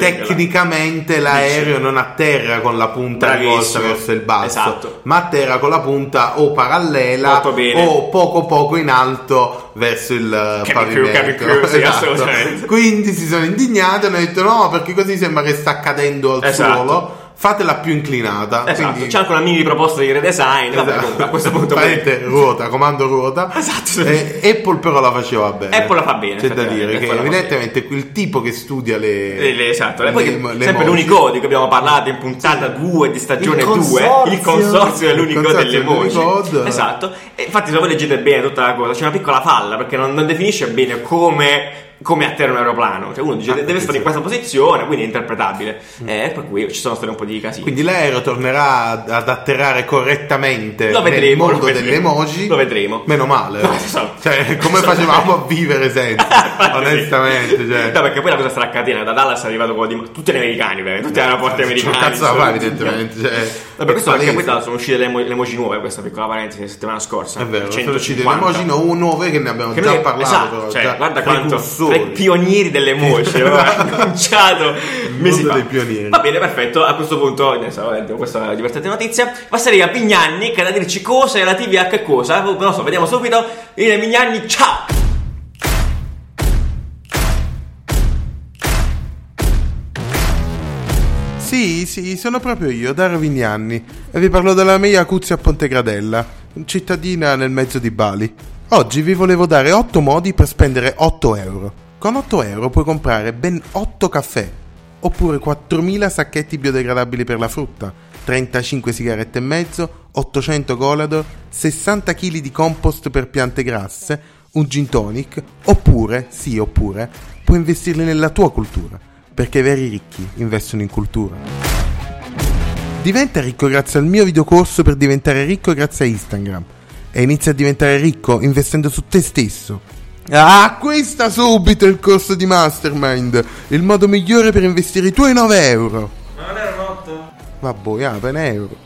S2: tecnicamente l'aereo non atterra con la punta
S1: Bravissimo.
S2: rivolta verso il basso,
S1: Esatto.
S2: ma atterra con la punta o parallela
S1: Molto bene.
S2: o poco poco in alto verso il eh,
S1: Capi più, capi
S2: pavimento. Esatto.
S1: più, sì, assolutamente.
S2: Quindi si sono indignati e hanno detto no perché così sembra che sta cadendo al
S1: Esatto.
S2: suolo. fatela più inclinata.
S1: Esatto,
S2: quindi-
S1: c'è anche una mini proposta di redesign. Vabbè,
S2: Esatto.
S1: comunque, a questo punto.
S2: Parente, ruota, comando ruota.
S1: Esatto.
S2: E Eh, Apple però la faceva bene.
S1: Apple la fa bene,
S2: C'è da
S1: effettivamente,
S2: dire
S1: Apple la
S2: che
S1: fa
S2: evidentemente quel tipo che studia le...
S1: Eh, le- esatto, le- poi che-
S2: le
S1: sempre
S2: emoji-
S1: l'unico di cui abbiamo parlato in puntata 2 di stagione
S3: Il
S1: 2, il
S3: consorzio.
S1: consorzio è
S2: Il
S1: l'unico
S2: consorzio
S1: delle
S2: è l'unico.
S1: voci. Esatto, e infatti se voi leggete bene tutta la cosa c'è una piccola falla perché non, non definisce bene come, come atterra un aeroplano. Cioè uno dice
S2: Ah,
S1: deve
S2: sì,
S1: stare in
S2: sì. Mm.
S1: questa posizione, quindi è interpretabile. Eh, E poi qui ci sono stati un po' di casini.
S2: Quindi l'aereo tornerà ad ad atterrare correttamente
S1: Lo vedremo,
S2: nel
S1: lo
S2: mondo eh, delle
S1: vedremo.
S2: emoji.
S1: Lo vedremo.
S2: Meno male.
S1: No, esatto.
S2: Cioè, come facevamo a vivere senza?
S1: Infatti sì.
S2: onestamente, cioè.
S1: No, perché poi la cosa sarà catena. Da Dallas è arrivato quello di. Tutti gli americani, veramente, tutti gli aeroporti
S2: Cioè,
S1: americani.
S2: cazzo da
S1: sono-
S2: fare, evidentemente. Cioè,
S1: Vabbè, questo perché poi
S2: palese.
S1: tra l'altro sono uscite le, emo- le emoji nuove, questa piccola parentesi, la settimana scorsa.
S2: È vero, sono
S1: 150.
S2: uscite le emoji no, nuove che ne abbiamo
S1: Che
S2: già
S1: noi-
S2: parlato.
S1: esatto,
S2: però,
S1: cioè,
S2: già
S1: guarda quanto tra
S2: precursori.
S1: i pionieri delle emoji aveva annunciato mesi
S2: mondo
S1: fa.
S2: dei pionieri.
S1: Va bene, perfetto. A questo punto, adesso vabbè, questa è una divertente notizia. Passerei a Pignanni che è da dirci cose relative a che cosa. Non so, vediamo subito. Irene Pignanni, ciao!
S2: Sì, sì, sono proprio io, Daro Vignanni, e vi parlo della mia Acuzia a Pontegradella, cittadina nel mezzo di Bali. Oggi vi volevo dare 8 modi per spendere 8 euro. Con 8 euro puoi comprare ben 8 caffè, oppure 4.000 sacchetti biodegradabili per la frutta, 35 sigarette e mezzo, 800 golador, 60 kg di compost per piante grasse, un gin tonic, oppure, sì oppure, puoi investirli nella tua cultura perché i veri ricchi investono in cultura. Diventa ricco grazie al mio videocorso per diventare ricco grazie a Instagram. E inizia a diventare ricco investendo su te stesso. Ah, acquista subito il corso di Mastermind, il modo migliore per investire i tuoi 9 euro. Ma non erano 8? Vabbè, ah, per un euro.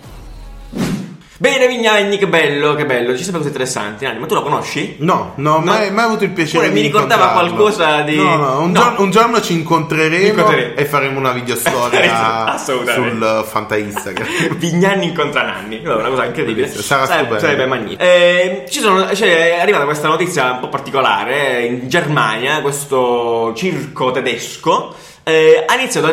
S1: Bene, Vignanni, che bello, che bello. Ci sono cose interessanti. Nanni, ma tu la conosci?
S2: No, no, mai, mai avuto il piacere
S1: Pure
S2: di
S1: mi ricordava
S2: incontrarlo.
S1: qualcosa di-
S2: No, no, un,
S1: No.
S2: giorno, un giorno ci
S1: Ci
S2: incontreremo,
S1: incontreremo.
S2: e faremo una videostoria sul
S1: Assolutamente.
S2: eh, Fanta Instagram.
S1: Vignanni incontra Nanni, Allora, una cosa incredibile.
S2: Sarà
S1: sarebbe,
S2: stupendo.
S1: sarebbe magnifico. Eh, ci sono- c'è- è arrivata questa notizia un po' particolare. eh, In Germania, questo circo tedesco eh, ha iniziato a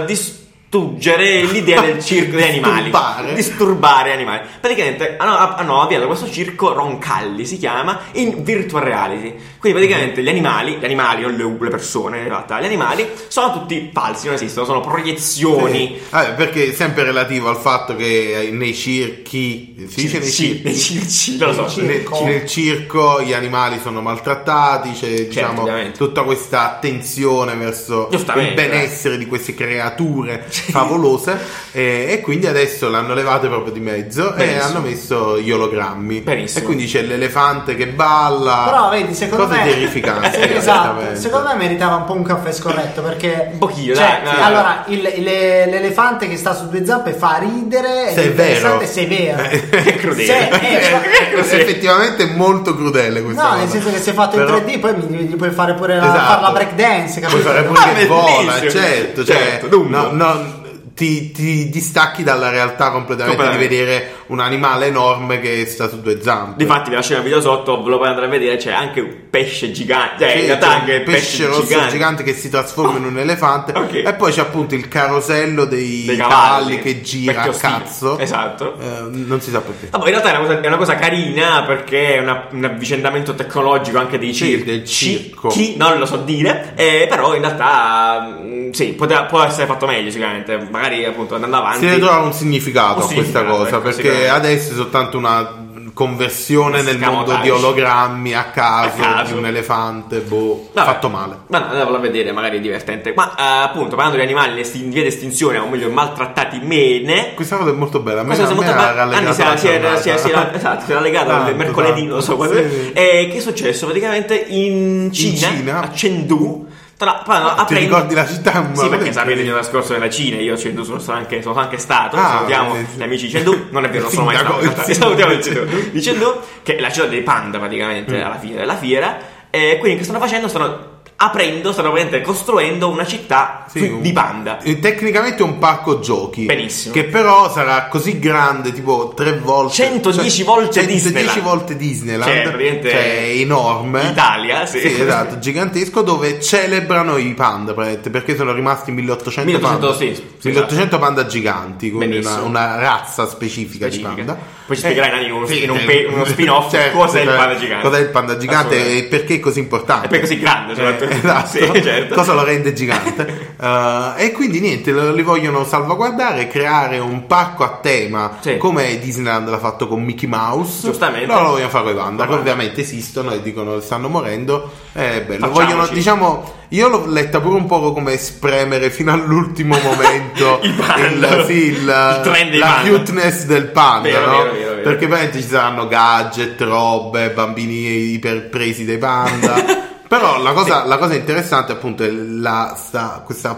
S1: distruggere l'idea del circo degli animali.
S2: Disturbare.
S1: Disturbare animali. Praticamente hanno, hanno avviato questo circo Roncalli, si chiama, in virtual reality. Quindi praticamente gli animali, gli animali, non le, le persone in realtà, gli animali sono tutti falsi, non esistono, sono proiezioni.
S2: Sì. Ah, perché è sempre relativo al fatto che nei circhi si dice nei
S1: Sì,
S2: circhi?
S1: sì, non lo so.
S3: Sì.
S2: Nel,
S3: Circo.
S2: nel circo gli animali sono maltrattati, c'è diciamo,
S1: Certo, ovviamente.
S2: tutta questa attenzione verso
S1: Giustamente, eh.
S2: il benessere di queste creature favolose e, e quindi adesso l'hanno levato proprio di mezzo
S1: Benissimo.
S2: e hanno messo gli ologrammi.
S1: Benissimo.
S2: E quindi c'è l'elefante che balla.
S3: Però vedi, secondo
S2: Ah, cose
S3: me
S2: terrificanti. eh,
S3: Sì, esatto,
S2: veramente.
S3: secondo me meritava un po' un caffè scorretto perché
S1: Un pochino,
S3: cioè,
S1: dai, dai.
S3: allora il- le- l'elefante che sta su due zampe fa ridere
S2: Se è
S3: ed interessante
S2: vero.
S3: se è vero.
S1: Che crudele.
S3: Se- eh, cioè-
S2: Eh, effettivamente è molto crudele questa
S3: No,
S2: cosa.
S3: nel senso che se è fatto
S2: Però-
S3: in 3D poi mi- gli puoi fare pure la,
S2: Esatto.
S3: far la break dance, capito?
S2: Puoi fare
S1: Ah,
S2: pure che
S1: bellissimo.
S2: vola, certo, cioè,
S1: Certo, dunque.
S2: no- no, ti, ti distacchi dalla realtà completamente,
S1: Completamente.
S2: di vedere un animale enorme che sta su due zampe.
S1: Difatti, vi lascio il video sotto, ve lo puoi andare a vedere. C'è anche un pesce gigante. Cioè,
S2: Sì,
S1: in realtà
S2: c'è un
S1: anche il
S2: pesce rosso gigante. che si trasforma in un elefante
S1: Ah, Ok.
S2: e poi c'è appunto il carosello dei,
S1: dei
S2: cavalli che gira
S1: Vecchio
S2: a
S1: stile.
S2: cazzo
S1: Esatto.
S2: Eh, non si sa perché
S1: Ah, poi in realtà è una cosa, è una cosa carina perché è una- un avvicendamento tecnologico anche dei
S2: Sì,
S1: circhi.
S2: del circo.
S1: Chi non lo so dire, eh, però in realtà mh, sì, poteva- può essere fatto meglio sicuramente. Magari appunto andando avanti.
S2: si deve trovare un significato
S1: Un
S2: a questa
S1: significato,
S2: cosa
S1: ecco,
S2: perché
S1: sicuramente.
S2: adesso è soltanto una conversione nel mondo
S1: Scamotage.
S2: di ologrammi a caso,
S1: A caso.
S2: di un elefante boh,
S1: Vabbè.
S2: fatto male
S1: Ma no, andatevelo a vedere, magari è divertente. Ma eh, appunto, parlando di animali esti- in via di estinzione, o meglio, maltrattati bene.
S2: Questa cosa è molto bella. A me,
S1: Questa cosa
S2: a me
S1: molto
S2: era
S1: bella.
S2: rallegata
S1: Anzi, si era-
S2: la
S1: si era- si era- si era-
S2: giornata.
S1: esatto, si era legata
S2: Tanto,
S1: al mercoledì,
S2: tanto.
S1: non so quando.
S2: Sì.
S1: Eh, che è successo? Praticamente in Cina,
S2: Cina. Ah,
S1: a Chengdu. Tra, tra- no,
S2: Ti
S1: aprendo-
S2: ricordi la città? Ma
S1: Sì, perché
S2: veramente-
S1: sapete che l'anno scorso nella Cina, io a Chengdu sono stato anche, sono anche stato,
S2: Ah,
S1: salutiamo
S2: sì, sì.
S1: gli amici di Chengdu, non è vero, non
S2: Il
S1: sono mai stato,
S2: sindaco, il
S1: in realtà.
S2: sindaco
S1: salutiamo
S2: di
S1: il Chengdu,
S2: Mm.
S1: di Chengdu, che è la città dei panda praticamente alla fine della fiera, e quindi che stanno facendo? Stanno aprendo, stanno praticamente costruendo una città
S2: Sì,
S1: su-
S2: un-
S1: di panda.
S2: eh, Tecnicamente è un parco giochi.
S1: Benissimo.
S2: Che però sarà così grande, tipo tre volte.
S1: 110 volte
S2: 110
S1: Disneyland.
S2: volte Disneyland.
S1: Cioè, praticamente
S2: Cioè, è enorme.
S1: Italia, sì.
S2: Sì, esatto, gigantesco dove celebrano i panda, praticamente, perché sono rimasti 1800,
S1: 1800,
S2: panda.
S1: sì, sì, esatto.
S2: 1800 panda giganti, quindi una,
S1: Benissimo.
S2: una razza specifica, di
S1: Specifica.
S2: panda.
S1: Poi ci spiegherai in un-
S2: sì,
S1: in un
S2: eh,
S1: pe- uno spin-off cos'è il panda gigante.
S2: Certo, cioè, Cos'è il panda gigante
S1: Assolutamente.
S2: e perché è così importante.
S1: E perché è così grande, soprattutto.
S2: Eh, esatto.
S1: Sì, certo.
S2: Cosa lo rende gigante. Eh, e quindi niente, lo- li vogliono salvaguardare, creare un parco a tema,
S1: Sì.
S2: come Disneyland l'ha fatto con Mickey Mouse.
S1: Giustamente.
S2: Loro lo vogliono fare con i panda, che
S1: Vabbè.
S2: ovviamente esistono e dicono che stanno morendo. Eh, beh, lo
S1: Facciamoci.
S2: vogliono, diciamo, io l'ho letta pure un po' come spremere fino all'ultimo momento
S1: Il panda.
S2: il, sì, il-
S1: Il trend dei
S2: la
S1: panda.
S2: cuteness del panda,
S1: Vero,
S2: no?
S1: vero, vero, vero.
S2: Perché veramente ci saranno gadget, robe, bambini iperpresi dai panda. Però la cosa, la cosa interessante appunto è la- sta- questa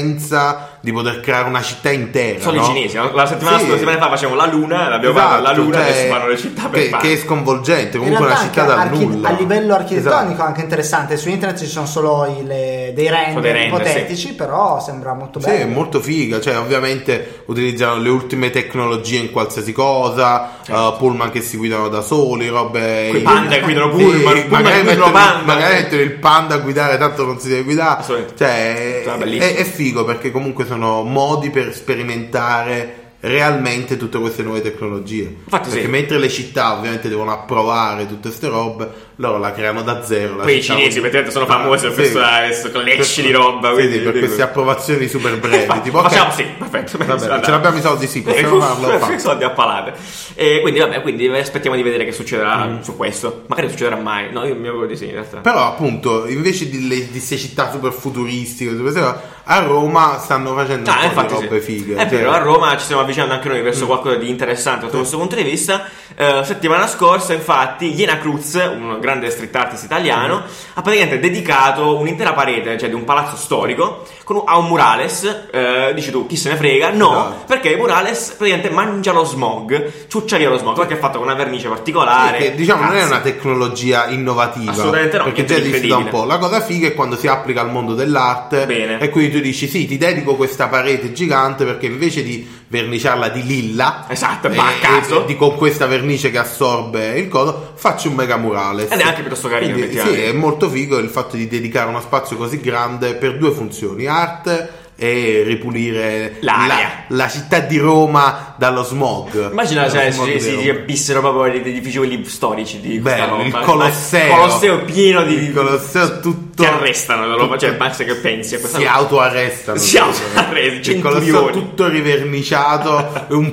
S2: potenza di poter creare una città intera.
S1: Sono
S2: no?
S1: i cinesi, no? la settimana,
S2: Sì.
S1: la settimana fa facevamo la luna, l'abbiamo
S2: Esatto,
S1: fatto la luna,
S2: cioè,
S1: adesso fanno le città per
S2: che,
S1: panda.
S2: che è sconvolgente,
S3: In
S2: comunque
S3: realtà
S2: una
S3: anche
S2: città da
S3: archi-
S2: nulla.
S3: a livello architettonico
S2: Esatto.
S3: anche interessante, su internet ci sono solo i- le- dei render,
S1: dei render,
S3: ipotetici, però sembra molto
S2: Sì, è
S3: bello.
S2: molto figa, cioè ovviamente utilizzano le ultime tecnologie in qualsiasi cosa, eh, pullman che si guidano da soli, robe...
S1: Certo. Quei panda che guidano
S2: Sì,
S1: pullman, pullman
S2: magari,
S1: che guidano
S2: mettono,
S1: panda. eh.
S2: magari mettono il panda a guidare, tanto non si deve guidare.
S1: Assolutamente.
S2: Cioè,
S1: Sarà
S2: è,
S1: bellissimo.
S2: è figo perché comunque sono modi per sperimentare realmente tutte queste nuove tecnologie.
S1: Infatti sì.
S2: perché mentre le città ovviamente devono approvare tutte queste robe, loro la creano da zero. la
S1: Poi i
S2: città Ah,
S1: cinesi,
S2: con-
S1: praticamente, sono famosi per questa- questo collection di roba,
S2: Sì,
S1: quindi-
S2: per queste approvazioni super brevi. tipo, ok,
S1: Facciamo sì, perfetto.
S2: Vabbè,
S1: Andate.
S2: ce l'abbiamo i soldi, sì, possiamo
S1: Eh,
S2: farlo,
S1: uff,
S2: fatto.
S1: i soldi a palate. E quindi, vabbè, quindi eh, aspettiamo di vedere che succederà
S2: Mm.
S1: su questo. Magari non succederà mai. No, io mi auguro di sì, in realtà.
S2: Però appunto, invece di, le- di queste città super futuristiche, super serie, a Roma stanno facendo
S1: Ah,
S2: un po' di
S1: infatti sì.
S2: robe fighe.
S1: È
S2: cioè- Mm.
S1: vero, a Roma ci stiamo avvicinando anche noi verso qualcosa di interessante sotto questo punto di vista. Eh, settimana scorsa, infatti, Iena Cruz, un grande street artist italiano,
S2: Mm.
S1: ha praticamente dedicato un'intera parete, cioè di un palazzo storico, con un- a un murales. Eh, dici tu, chi se ne frega? No,
S2: Esatto.
S1: perché il murales praticamente mangia lo smog, ciuccia via lo smog, perché è fatto con una vernice particolare.
S2: Perché, diciamo non è
S1: Cazzo.
S2: una tecnologia innovativa
S1: Assolutamente no,
S2: perché
S1: niente
S2: già
S1: di
S2: esiste da un
S1: incredibile.
S2: po' la cosa figa è quando si applica al mondo dell'arte
S1: Bene.
S2: e quindi tu dici sì ti dedico questa parete gigante perché invece di verniciarla di lilla
S1: Esatto, ma a
S2: eh,
S1: caso.
S2: e di- con questa vernice che assorbe il coso faccio un mega murale
S1: Ed è anche piuttosto carino,
S2: sì
S1: effettivamente.
S2: è molto figo il fatto di dedicare uno spazio così grande per due funzioni arte e ripulire
S1: L'aria.
S2: la, la città di Roma dallo smog
S1: Immagina cioè,
S2: Dallo
S1: se
S2: smog
S1: si,
S2: di
S1: si
S2: Roma.
S1: riempissero proprio gli edifici quelli storici di questa
S2: Bello, il
S1: roba.
S2: Colosseo.
S1: Colosseo pieno di
S2: Il Colosseo tutto-
S1: Ti arrestano la roba, cioè
S2: tutto-
S1: basta che pensi a questa
S2: si
S1: roba.
S2: autoarrestano
S1: Si autoarrestano,
S2: il colosseo
S1: centurioni.
S2: tutto riverniciato e un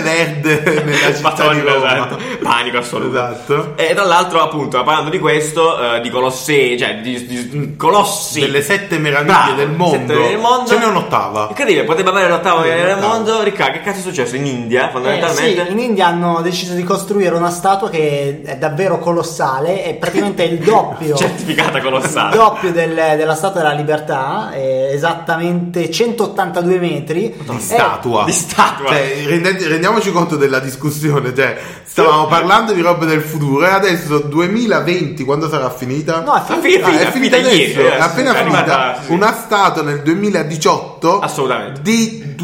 S2: verde nella città di
S1: Madonna,
S2: Roma
S1: esatto. Panico assoluto.
S2: Esatto.
S1: E tra l'altro, appunto, parlando di questo, eh, di Colossei, cioè di, di colossi
S2: delle sette meraviglie
S1: Bravo,
S2: del mondo
S1: sette meraviglie del mondo.
S2: ce n'è un'ottava
S1: Incredibile, poteva avere l'ottava
S2: Sì,
S1: meraviglia del
S2: l'ottava.
S1: mondo. Ricca, che cazzo è successo in India,
S3: Eh, sì,
S1: fondamentalmente?
S3: in India hanno deciso di costruire una statua che è davvero colossale, è praticamente il doppio
S2: Cioè,
S1: Certificata
S3: il
S1: colossale.
S3: doppio del- della Statua della Libertà, è esattamente 182 metri.
S2: di
S3: Eh,
S2: statua
S1: di statua.
S2: Cioè, rendete- rendiamoci conto della discussione cioè stavamo parlando di robe del futuro e adesso 2020 quando sarà finita
S3: no, è
S1: Ah,
S3: finito.
S1: finita,
S2: Ah, è finita adesso,
S1: ieri,
S2: è appena
S1: è arrivata,
S2: finita
S1: sì.
S2: una statua nel 2018
S1: Assolutamente.
S2: di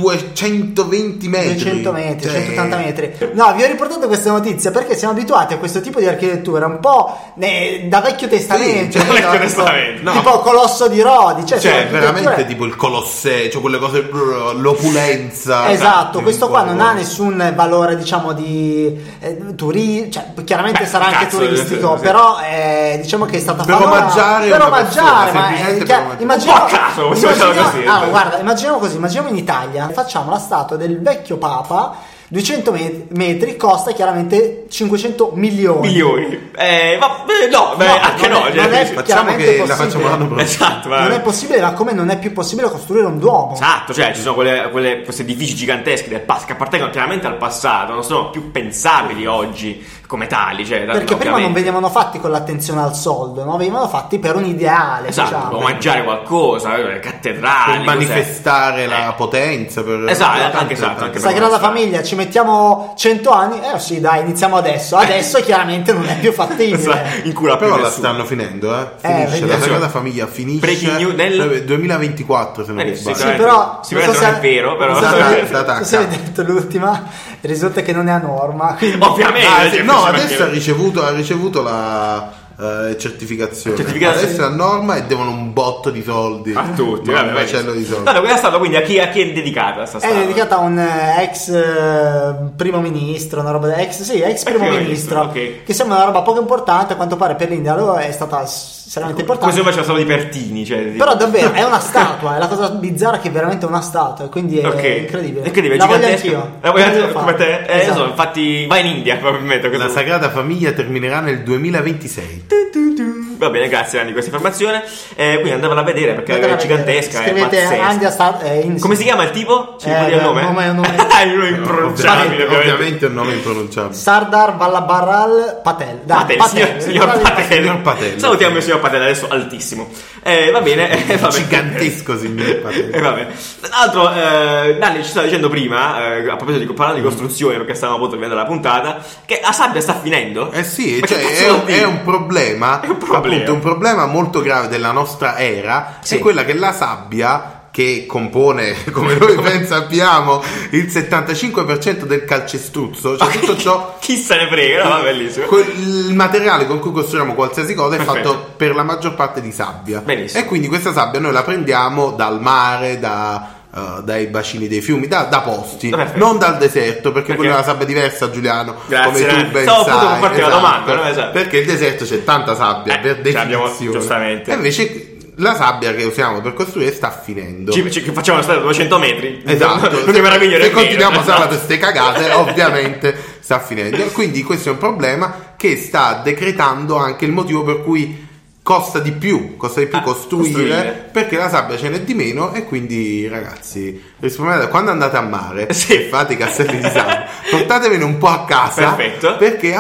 S2: 220 metri
S3: 200 Eh, metri,
S2: Cioè,
S3: 180 metri. No, vi ho riportato queste notizie perché siamo abituati a questo tipo di architettura un po' ne- da vecchio testamento,
S2: cioè,
S3: no?
S1: vecchio
S3: Tipo-
S1: testamento,
S2: no.
S3: tipo Colosso di Rodi, cioè, sono
S2: Cioè,
S3: architetture-
S2: veramente tipo il Colosseo, cioè quelle cose, brr,
S1: Ah,
S2: l'opulenza. Cioè,
S3: Esatto, questo qua non ha
S2: nessuno
S3: nessun valore, diciamo, di eh, turi- cioè, chiaramente
S1: Beh,
S3: sarà anche
S1: cazzo,
S3: turistico,
S1: sì.
S3: però eh, diciamo che è stata
S2: Per
S3: fatta
S2: omaggiare
S3: per
S2: una
S3: omaggiare,
S2: persona,
S3: ma
S2: semplicemente
S3: eh, chiar-
S2: per omaggiare.
S1: Un
S3: immaginiamo,
S1: po' a caso, possiamo farlo
S3: immaginiamo-
S1: così. eh.
S3: ah, guarda, immaginiamo così, immaginiamo in Italia, facciamo la statua del vecchio Papa 200 met- metri costa chiaramente 500 milioni.
S1: milioni. Eh, ma eh, no, beh,
S3: No,
S1: anche
S3: non
S1: no.
S3: è-
S1: cioè,
S3: non è-
S2: Facciamo
S3: chiaramente
S2: che la
S3: possibile.
S2: facciamo l'anno prossimo.
S1: Esatto, ma-
S3: Non è possibile, ma come non è più possibile costruire un duomo?
S1: Esatto, cioè ci sono quelle, quelle- questi edifici giganteschi del pas- che appartengono chiaramente al passato, non sono più pensabili oggi come tali. Cioè,
S3: Perché prima non
S1: ovviamente.
S3: venivano fatti con l'attenzione al soldo, no? venivano fatti per un ideale.
S1: Esatto,
S3: diciamo.
S1: o mangiare qualcosa, eh, le cattedrali.
S2: Per manifestare
S1: cos'è.
S2: la
S1: Eh,
S2: potenza. Per
S1: esatto,
S2: per
S1: anche
S2: tante-
S1: esatto,
S2: tante
S1: anche
S2: cose.
S1: per-
S3: Sagrada Famiglia mettiamo 100 anni, eh sì dai iniziamo adesso,
S1: Eh.
S3: adesso chiaramente non è più fattibile.
S1: esatto, in cura
S2: Però
S1: più
S2: la
S1: nessuno.
S2: stanno finendo, eh.
S3: Eh,
S2: Finisce, la
S3: vediamo.
S2: Sagrada Famiglia finisce
S1: Breaking news del-
S2: 2024 se non
S1: Eh,
S2: mi
S1: sì,
S2: sbaglio.
S1: sicuramente-
S3: però
S1: sicuramente
S3: non
S1: non
S3: so
S1: è
S3: se-
S1: vero, però.
S3: non so se-
S2: Data- data
S3: non so se
S2: H.
S3: avete detto l'ultima, risulta che non è a norma. quindi-
S1: Ovviamente.
S2: Ah,
S1: cioè, ci
S2: no, adesso ha
S1: mancherebbe.
S2: ricevuto, ha ricevuto la eh, certificazione.
S1: Certificazione.
S2: Adesso è a norma e devono un botto di soldi.
S1: a tutti,
S2: Un
S1: vabbè, vai.
S2: macello di soldi.
S1: Tanto quella statua quindi a chi, a chi è dedicata sta
S3: È
S1: statua?
S3: dedicata a un eh, ex eh, primo ministro, una roba da- ex, sì, ex primo
S1: primo
S3: ministro,
S1: ministro, ok.
S3: che sembra una roba poco importante, a quanto pare per l'India lo è stata seriamente
S1: Come se
S3: importante.
S1: faceva solo di Pertini, cioè di-
S3: Però davvero è una statua, è la cosa bizzarra che è veramente una statua, e quindi è
S1: Ok.
S3: incredibile.
S1: Incredibile,
S3: la voglio
S1: gigantesca.
S3: anch'io.
S1: La voglio
S3: Devo
S1: anch'io come
S3: farlo.
S1: te? Eh,
S3: Esatto.
S1: insomma, infatti vai in India probabilmente.
S2: La
S1: questo-
S2: Sagrada Famiglia terminerà nel 2026.
S1: Va bene, grazie Anni di questa informazione. Eh, quindi andatela a vedere perché è
S3: Andatela a vedere.
S1: gigantesca, è
S3: Scrivete
S1: pazzesca.
S3: Andia Star- eh, in-
S1: Come si chiama il tipo? Ci
S3: Eh,
S1: puoi dire il
S3: no,
S1: nome?
S3: no, ma è un nome-
S1: Ah, il nome impronunciabile,
S2: Ovviamente,
S1: ovviamente.
S2: ovviamente è un nome impronunciabile.
S3: Sardar Vallabarral Patel. Dai,
S1: Patel, signor, signor
S3: bravi-
S1: Patel.
S2: Signor Patel.
S1: Salutiamo il signor Patel adesso altissimo. Eh, va bene, eh, va bene. Eh,
S2: Gigantesco signor Patel.
S1: E vabbè. Tra l'altro, eh, Nanni ci stava dicendo prima, eh, a proposito di parlare di costruzione, perché stavamo appunto vedendo la puntata, che la sabbia sta finendo.
S2: Eh sì,
S1: Ma che
S2: cioè,
S1: cazzo
S2: è,
S1: vuol
S2: un,
S1: dire?
S2: è un problema,
S1: È un problema.
S2: appunto un problema molto grave della nostra era,
S1: Sì.
S2: è quella che la sabbia che compone, come noi ben sappiamo, il 75% del calcestruzzo, cioè tutto ciò
S1: Chi se ne frega, no? Va bellissimo.
S2: Quel- il materiale con cui costruiamo qualsiasi cosa è
S1: Cioè, Perfetto.
S2: fatto per la maggior parte di sabbia.
S1: Benissimo.
S2: E quindi questa sabbia noi la prendiamo dal mare, da, eh, dai bacini dei fiumi, da, da posti,
S1: Perfetto.
S2: non dal deserto, perché, quella è una
S1: Perché-
S2: sabbia diversa, Giuliano.
S1: Grazie,
S2: come
S1: Nanni.
S2: tu ben
S1: Stavo
S2: sai.
S1: appunto per farti la domanda, no? Esatto.
S2: Perché il deserto c'è tanta sabbia
S1: Eh,
S2: per
S1: ce l'abbiamo,
S2: definizione.
S1: giustamente.
S2: E invece la sabbia che usiamo per costruire sta finendo.
S1: Ci, ci- che facciamo una strada da 200 metri.
S2: Esatto,
S1: Non mi meraviglio
S2: se
S1: nemmeno.
S2: continuiamo a usare
S1: Esatto.
S2: queste cagate, ovviamente sta finendo. Quindi questo è un problema che sta decretando anche il motivo per cui costa di più, costa di più
S1: Ah,
S2: costruire,
S1: costruire.
S2: perché la sabbia ce n'è di meno e quindi ragazzi, risparmiate quando andate a mare
S1: Sì.
S2: e fate i castelli di sabbia, portatevene un po' a casa
S1: Perfetto.
S2: perché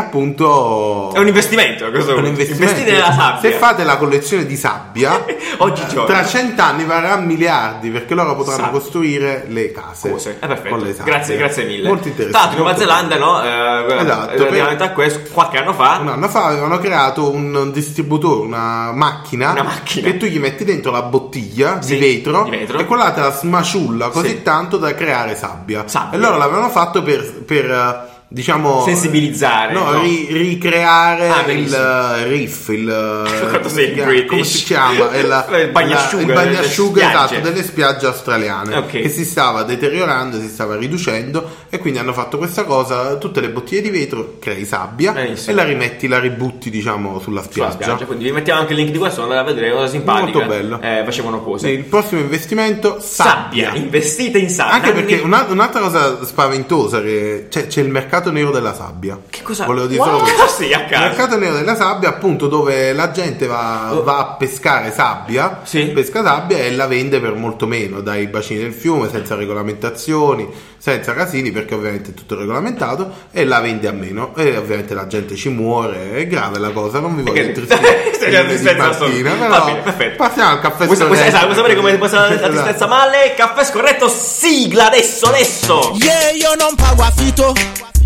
S2: appunto
S1: È un investimento a questo
S2: è un
S1: punto.
S2: investimento.
S1: Investite nella sabbia.
S2: Se fate la collezione di sabbia,
S1: Oggigiorno.
S2: tra cent'anni varrà miliardi perché loro potranno
S1: Sabbia.
S2: costruire le case.
S1: Esatto. Cose. Eh, perfetto.
S2: con le sabbie.
S1: Grazie, grazie mille.
S2: Molto
S1: Tra l'altro,
S2: interessante.
S1: in Nuova Zelanda, no? Eh,
S2: Esatto,
S1: relativamente a questo, qualche anno fa.
S2: Un anno fa avevano creato un distributore, una macchina,
S1: Una macchina.
S2: che tu gli metti dentro la bottiglia
S1: Sì,
S2: di, vetro,
S1: di vetro.
S2: e quella te la smaciulla così
S1: Sì.
S2: tanto da creare sabbia.
S1: Sabbia.
S2: E loro l'avevano fatto per, per, eh, diciamo
S1: Sensibilizzare,
S2: no,
S1: no?
S2: ri- ricreare
S1: Ah,
S2: il
S1: benissimo.
S2: eh, riff, il eh,
S1: Quanto sei
S2: come
S1: British.
S2: si chiama? È la-
S1: Il bagnasciuga
S2: la- il bagnasciuga,
S1: delle
S2: esatto,
S1: spiagge.
S2: delle spiagge australiane
S1: Ok.
S2: che si stava deteriorando, si stava riducendo e quindi hanno fatto questa cosa, tutte le bottiglie di vetro crei sabbia
S1: Benissimo.
S2: e la rimetti, la ributti diciamo sulla
S1: Eh, sulla
S2: spiaggia.
S1: spiaggia. Quindi vi mettiamo anche il link di questo, andate a vedere, cosa simpatica.
S2: Molto bello.
S1: Eh, facevano
S2: Sì,
S1: cose.
S2: il prossimo investimento sabbia.
S1: Sabbia, Ah, investite in sabbia.
S2: Anche
S1: Nanni-
S2: perché una- un'altra cosa spaventosa che c'è, c'è il mercato nero della sabbia.
S1: Che cosa?
S2: Volevo dire solo
S1: Wow.
S2: questo.
S1: Sì, a
S2: Il
S1: caso.
S2: mercato nero della sabbia, appunto, dove la gente va, va a pescare sabbia,
S1: Oh. Sì.
S2: pesca sabbia e la vende per molto meno dai bacini del fiume, senza regolamentazioni, senza casini, perché ovviamente è tutto regolamentato e la vende a meno. E ovviamente la gente ci muore, è grave la cosa, non vi voglio
S1: Perché-
S2: intristire.
S1: Sì, la tristezza
S2: mattina,
S1: assoluta.
S2: però
S1: Va bene, perfetto.
S2: passiamo al caffè
S1: Vuoi, vuoi-
S2: scorretto.
S1: esatto, vuoi sapere come può essere la
S2: Esatto.
S1: tristezza male? Caffè scorretto, sigla adesso, adesso!
S4: Yeah, yo non pa guafito,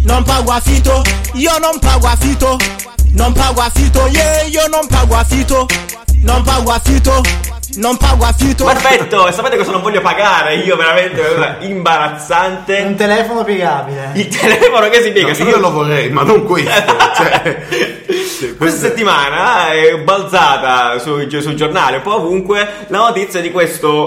S4: non pa guafito, yo non pa guafito, non pa guafito, yeah, yo non pa guafito, non pa guafito, non pa guafito.
S1: Perfetto, e sapete cosa non voglio pagare? Io veramente, guarda,
S3: Un
S1: imbarazzante.
S3: telefono piegabile.
S1: Il telefono che si piega.
S2: No,
S1: sono-
S2: io lo vorrei, ma non questo. cioè, sì,
S1: Questa
S2: questo-
S1: settimana eh, è balzata sui- sul, giornale, un po' ovunque, la notizia di questo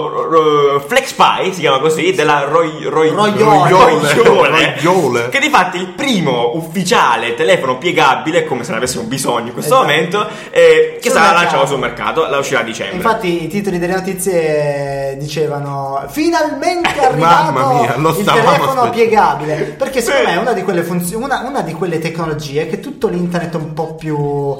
S1: eh, Flex Pie, si chiama così, della Roy, Roy-
S3: Roglione.
S1: Roglione,
S2: Roglione.
S1: che di fatto è il primo ufficiale telefono piegabile, come se ne avessimo bisogno in questo
S3: Esatto.
S1: momento, eh, che
S3: Sul
S1: sarà
S3: mercato.
S1: lanciato sul mercato, la uscirà a dicembre.
S3: Infatti i titoli delle notizie dicevano finalmente è
S1: Eh,
S3: arrivato
S2: Mamma mia, lo
S3: il
S2: stavamo
S3: telefono
S2: aspettando."
S3: piegabile perché secondo
S1: Sì.
S3: me è una di quelle funzioni una, una di quelle tecnologie che tutto l'internet un po' più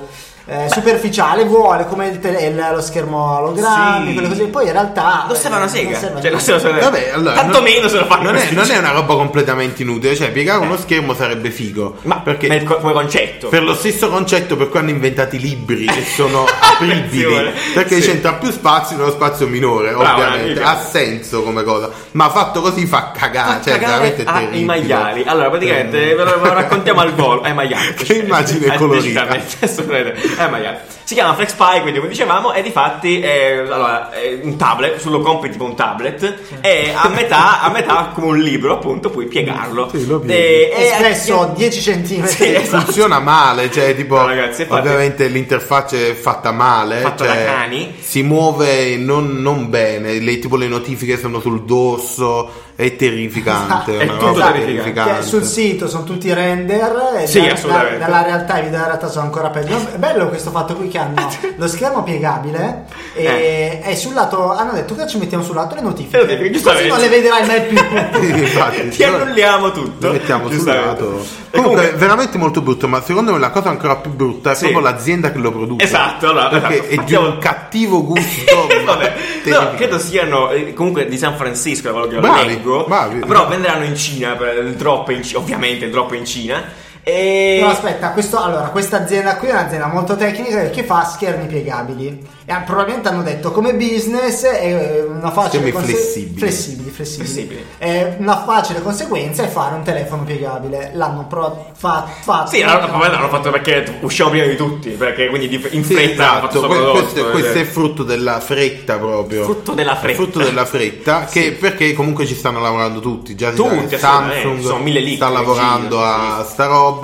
S3: eh, superficiale vuole, come il tele- il- lo schermo ologrammico,
S1: Sì.
S3: quelle cose. Poi in realtà.
S1: Lo serve
S3: eh,
S1: una
S3: non
S1: sega.
S3: serve a
S1: Cioè, lo
S3: niente.
S1: serve una sega.
S2: Vabbè, allora,
S1: Tanto
S2: non-
S1: meno se lo fanno
S2: non è,
S1: questi.
S2: non è una roba completamente inutile, cioè piegare uno schermo sarebbe figo.
S1: Ma
S2: perché
S1: ma il co- come concetto.
S2: per lo stesso concetto per cui hanno inventato i libri che sono apribili.
S1: Attenzione.
S2: Perché
S1: Sì. eh, cioè.
S2: c'entra più spazio nello spazio minore,
S1: Brava,
S2: ovviamente.
S1: amica.
S2: Ha senso come cosa. Ma fatto così fa cagare. cioè,
S1: cagare
S2: veramente è
S1: a-
S2: terribile. Eh.
S1: i maiali. Allora, praticamente ve lo, ve lo raccontiamo al volo. Ai maiali.
S2: Che immagine
S1: Eh,
S2: colorita.
S1: decisamente, assolutamente. Ai maiali. Si chiama Flex Pie, quindi come dicevamo, e difatti è, allora, è un tablet, su lo compri tipo un tablet, e a metà, a metà come un libro, appunto, puoi piegarlo.
S2: Sì, lo pieghi.
S1: E- e-
S3: E spesso 10 centimetri.
S1: Eh, Sì, esatto.
S2: Funziona male, cioè tipo
S1: No, ragazzi, infatti-
S2: ovviamente l'interfaccia è fatta male,
S1: Fatta
S2: cioè,
S1: da cani.
S2: si muove non, non bene, le, tipo le notifiche sono sul dosso, è terrificante,
S1: Esatto. È
S2: una
S1: tutto
S2: roba
S1: terrificante.
S3: Che sul sito sono tutti render e
S1: Sì,
S3: da-
S1: assolutamente.
S3: da- dalla realtà i video della realtà sono ancora peggio è bello questo fatto qui che hanno lo schermo piegabile e, e sul lato hanno detto che ci mettiamo sul lato le notifiche,
S1: Eh. Le notifiche, giustamente.
S3: così non le vedrai mai più
S2: Sì, infatti,
S1: Ti annulliamo tutto.
S2: Lo mettiamo sul
S1: Giustamente. E
S2: lato. Comunque,
S1: comunque-
S2: è veramente molto brutto. Ma secondo me la cosa ancora più brutta è
S1: Sì.
S2: proprio l'azienda che lo produce.
S1: Esatto, allora,
S2: perché
S1: esatto.
S2: è di
S1: Partiamo-
S2: un cattivo gusto. ma
S1: Eh, Vabbè, no,
S2: terrificante.
S1: credo siano eh, comunque di San Francisco, da quello che
S2: Bravi,
S1: leggo.
S2: bravi.
S1: Però venderanno in Cina, per- il drop in Cina, ovviamente il drop in Cina. E...
S3: No, aspetta, questo- allora, questa azienda qui è un'azienda molto tecnica che fa schermi piegabili. E ha- probabilmente hanno detto come business è una facile
S2: Schermi flessibili.
S3: flessibili, flessibili.
S1: Flessibili.
S3: Eh, una facile conseguenza è fare un telefono piegabile. L'hanno pro- fa- fatto.
S1: Sì, allora, vabbè, l'hanno fatto perché usciamo prima di tutti, perché quindi di- in
S2: Sì,
S1: fretta hanno fatto
S2: esatto,
S1: sto
S2: que-
S1: prodotto,
S2: questo, questo
S1: cioè.
S2: è frutto della fretta proprio.
S1: Frutto della
S2: È
S1: fretta.
S2: Frutto della fretta, che perché comunque ci stanno lavorando tutti, già si sa
S1: Tutti,
S2: che
S1: assolutamente,
S2: Samsung
S1: sono mille eh, leak
S2: sta
S1: in
S2: lavorando
S1: giro,
S2: a sta roba.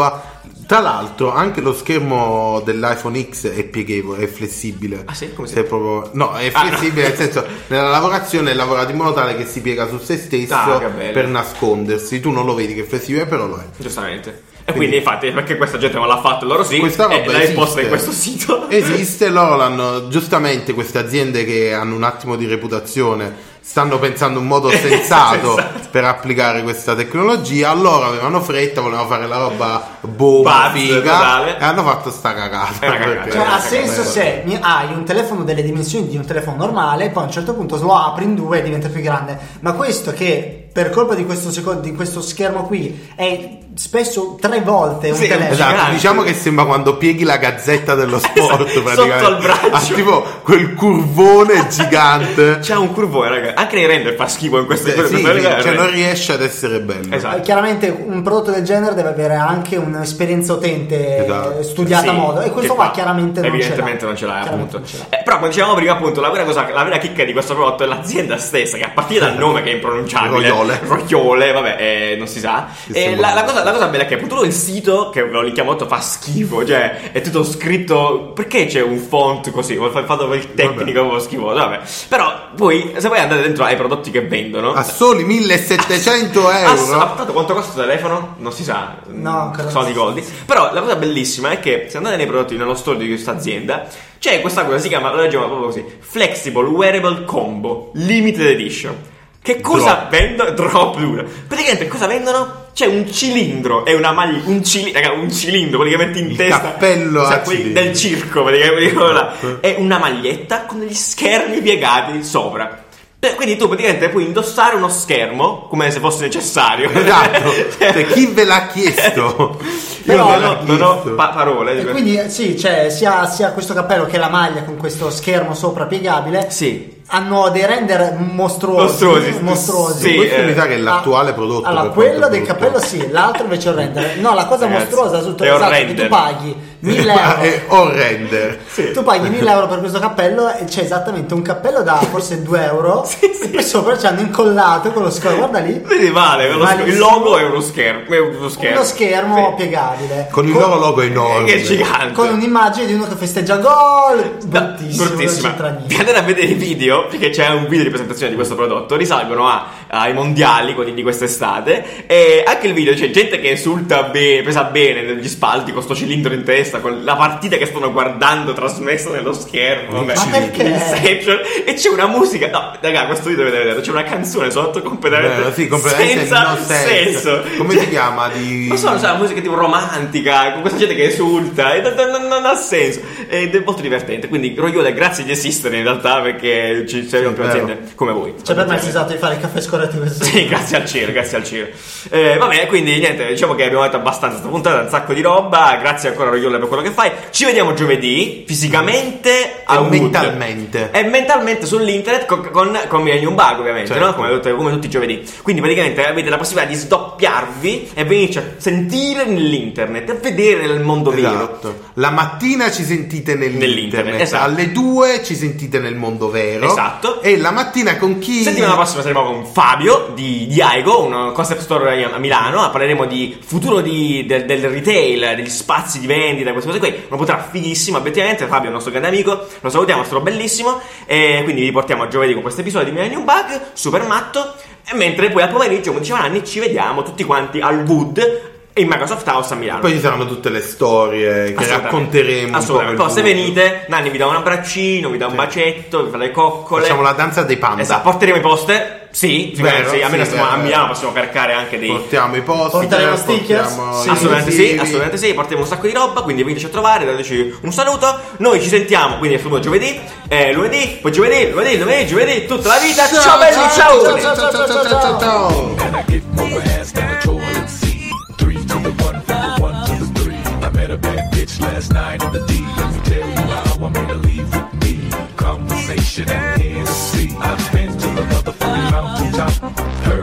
S2: Tra l'altro anche lo schermo dell'iPhone X è pieghevole, è flessibile.
S1: Ah, sì? Come si
S2: È
S1: fa?
S2: proprio- No, è
S1: Ah, no.
S2: flessibile nel senso, nella lavorazione è lavorato in modo tale che si piega su se stesso
S1: Ah, che bello.
S2: per nascondersi. Tu non lo vedi che è flessibile, però lo è.
S1: Giustamente. E quindi, infatti, perché questa gente non l'ha fatto, loro sì,
S2: Questa roba
S1: e l'ha esposta
S2: esiste.
S1: in questo sito.
S2: Esiste, loro l'hanno giustamente queste aziende che hanno un attimo di reputazione stanno pensando un modo
S1: Esatto,
S2: sensato
S1: Sensato.
S2: per applicare questa tecnologia, allora avevano fretta, volevano fare la roba bomba
S1: Buzz,
S2: figa
S1: totale.
S2: e hanno fatto sta cagata.
S1: È una cagata.
S2: perché-
S3: Cioè,
S1: Eh,
S3: ha senso
S2: vabbè.
S3: se mi hai un telefono delle dimensioni di un telefono normale, poi a un certo punto lo apri in due e diventa più grande. Ma questo che per colpa di questo, seco- di questo schermo qui è spesso tre volte un
S1: Sì,
S3: telefono.
S2: Esatto,
S1: Gigante. Esatto,
S2: diciamo che sembra quando pieghi la gazzetta dello sport
S1: Sotto
S2: praticamente.
S1: al braccio.
S2: Ha tipo quel curvone gigante.
S1: C'è un curvone, raga. Anche nei render fa schifo in queste
S2: Sì,
S1: cose.
S2: sì,
S1: queste cose,
S2: cioè
S1: raga.
S2: non riesce ad essere bello.
S1: Esatto.
S3: Eh, Chiaramente un prodotto del genere deve avere anche un'esperienza utente
S2: Esatto.
S3: eh, studiata a
S1: Sì,
S3: modo e questo
S1: che
S3: qua
S1: fa-
S3: chiaramente non ce l'ha.
S1: evidentemente non ce l'hai
S3: Chiaramente
S1: appunto
S3: non ce l'ha.
S1: Eh, però come dicevamo prima appunto la vera, cosa, la vera chicca di questo prodotto è l'azienda stessa che a partire dal nome che è impronunciabile
S2: Roiole.
S1: Roiole, vabbè eh, non si sa
S2: Che
S1: Eh,
S2: sembra-
S1: la, la cosa, la cosa bella è che appunto loro il sito che ve l'ho linkiamo fa schifo cioè è tutto scritto perché c'è un font così Ho fa- fatto il tecnico proprio schifoso vabbè però voi se voi andate dentro ai prodotti che vendono eh,
S2: A soli 1700
S1: Ah, s- ah,
S2: euro.
S1: tanto quanto costa il telefono? Non si sa. Mm,
S3: No, ancora non
S1: soldi
S3: si
S1: goldi. Però la cosa bellissima è che se andate nei prodotti nello store di questa azienda, c'è questa cosa si chiama, lo leggiamo proprio così, Flexible Wearable Combo Limited Edition. Che cosa
S2: Drop.
S1: vendono? Drop dura. Praticamente cosa vendono? C'è un cilindro e una maglia, un cilindro, raga, un cilindro, quelli che metti in
S2: Il
S1: testa. Cioè,
S2: cappello a
S1: quelli
S2: cilindro.
S1: del circo, praticamente. quelli là. E una maglietta con gli schermi piegati sopra. Beh, quindi tu praticamente puoi indossare uno schermo come se fosse necessario.
S2: Esatto, cioè, chi ve l'ha chiesto? Io
S1: Però
S2: ve
S1: non,
S2: l'ho
S1: ho- non ho
S2: chiesto.
S1: pa- parole.
S3: E quindi eh, sì, cioè, sia, sia questo cappello che la maglia con questo schermo sopra piegabile
S1: Sì.
S3: hanno dei render mostruosi.
S1: Mostruosi,
S3: mostruosi.
S1: sì,
S2: Questo
S1: eh,
S2: mi sa che è l'attuale
S3: Ah,
S2: prodotto.
S3: Allora,
S2: per
S3: quello
S2: quanto
S3: del
S2: brutto.
S3: cappello sì, l'altro invece è il render. No, la cosa
S1: Ragazzi,
S3: mostruosa sul
S1: è
S3: telefono è che
S1: orrender.
S3: tu paghi 1000
S2: Ma
S3: euro.
S2: è orrende.
S3: Tu paghi 1000 euro per questo cappello e c'è esattamente un cappello da forse 2 euro e poi sopra ci hanno incollato con lo schermo, guarda lì,
S1: Vedi male, lo- il
S3: Malissimo.
S1: logo è uno schermo. È uno schermo,
S3: uno schermo
S1: Sì.
S3: piegabile
S2: Con il loro logo enorme.
S1: Che è gigante.
S3: con un'immagine di uno che festeggia gol,
S1: Da-
S3: bruttissimo, non c'entra
S1: Vi
S3: niente.
S1: andate a vedere i video, perché c'è un video di presentazione di questo prodotto, risalgono a, ai mondiali, quelli di quest'estate. E anche il video c'è gente che esulta bene, presa bene negli spalti con sto cilindro in testa, con la partita che stanno guardando trasmessa nello schermo. Vabbè,
S3: Ma perché?
S1: Inception. E c'è una musica. No, raga, questo video dovete vedere. C'è una canzone sotto completamente,
S2: Beh, sì, completamente
S1: senza
S2: no sense.
S1: senso.
S2: Come si chiama? Di-
S1: Ma sono, sai, musica tipo romantica, con questa gente che esulta. e non- non, non ha senso. Ed è molto divertente. Quindi, Roglione, grazie di esistere in realtà, perché ci servono più
S2: vero.
S1: aziende come voi.
S3: Cioè, per me è esatto di fare il caffè scorretto in questo
S1: Sì, grazie al cielo, grazie al cielo. Eh, vabbè, quindi niente, diciamo che abbiamo detto abbastanza questa puntata, un sacco di roba. Grazie ancora Rogliola per quello che fai. Ci vediamo giovedì, fisicamente a Wood.
S2: mentalmente.
S1: E mentalmente sull'internet con, con, con Millennium Bug, ovviamente,
S2: Certo.
S1: no? come, tutti- come tutti i giovedì. Quindi praticamente avete la possibilità di sdoppiarvi e venirci a sentire nell'internet, a vedere nel mondo vero.
S2: Esatto. La mattina ci sentite nell'internet,
S1: Nell'internet, esatto.
S2: alle 2 ci sentite nel mondo vero.
S1: Esatto.
S2: E la mattina con chi?
S1: Settimana prossima saremo con Fabio di, di Aigo, un concept store a a Milano. Parleremo di futuro di- del, del retail, degli spazi di vendita, queste cose qui. Una puntata fighissima, obiettivamente. Fabio è un nostro grande amico, lo salutiamo, è stato bellissimo. E quindi vi portiamo a giovedì con questo episodio di Millennium Bug, super matto. E mentre poi al pomeriggio, come diceva Nanni, ci vediamo tutti quanti al Wood in Microsoft House a Milano.
S2: Poi ci saranno tutte le storie che
S1: Assolutamente.
S2: racconteremo.
S1: Assolutamente.
S2: un po'
S1: Poi
S2: per
S1: se
S2: voi.
S1: venite, Nanni vi dà un abbraccino, vi dà un bacetto, vi fa le coccole.
S2: Facciamo la danza dei panda.
S1: Esatto, porteremo i poster? Sì, sicuramente
S2: Vero,
S1: sì, almeno
S2: sì,
S1: stiamo
S2: vero,
S1: a Milano
S2: vero.
S1: possiamo caricare anche dei...
S2: Portiamo i posti.
S3: Porteremo stickers?
S2: portiamo
S3: Sì.
S2: i
S1: assolutamente sì,
S2: visivi.
S1: assolutamente sì, porteremo un sacco di roba, quindi veniteci a trovare, dateci un saluto. Noi ci sentiamo, quindi è giovedì, eh, lunedì, poi giovedì, lunedì, lunedì, giovedì, tutta la vita. Ciao, belli, ciao!
S3: ciao, ciao, ciao, ciao, ciao, ciao, ciao.
S5: And I get more ass than a troll at sea. Three to the one, from the one to the three. I met a bad bitch last night at the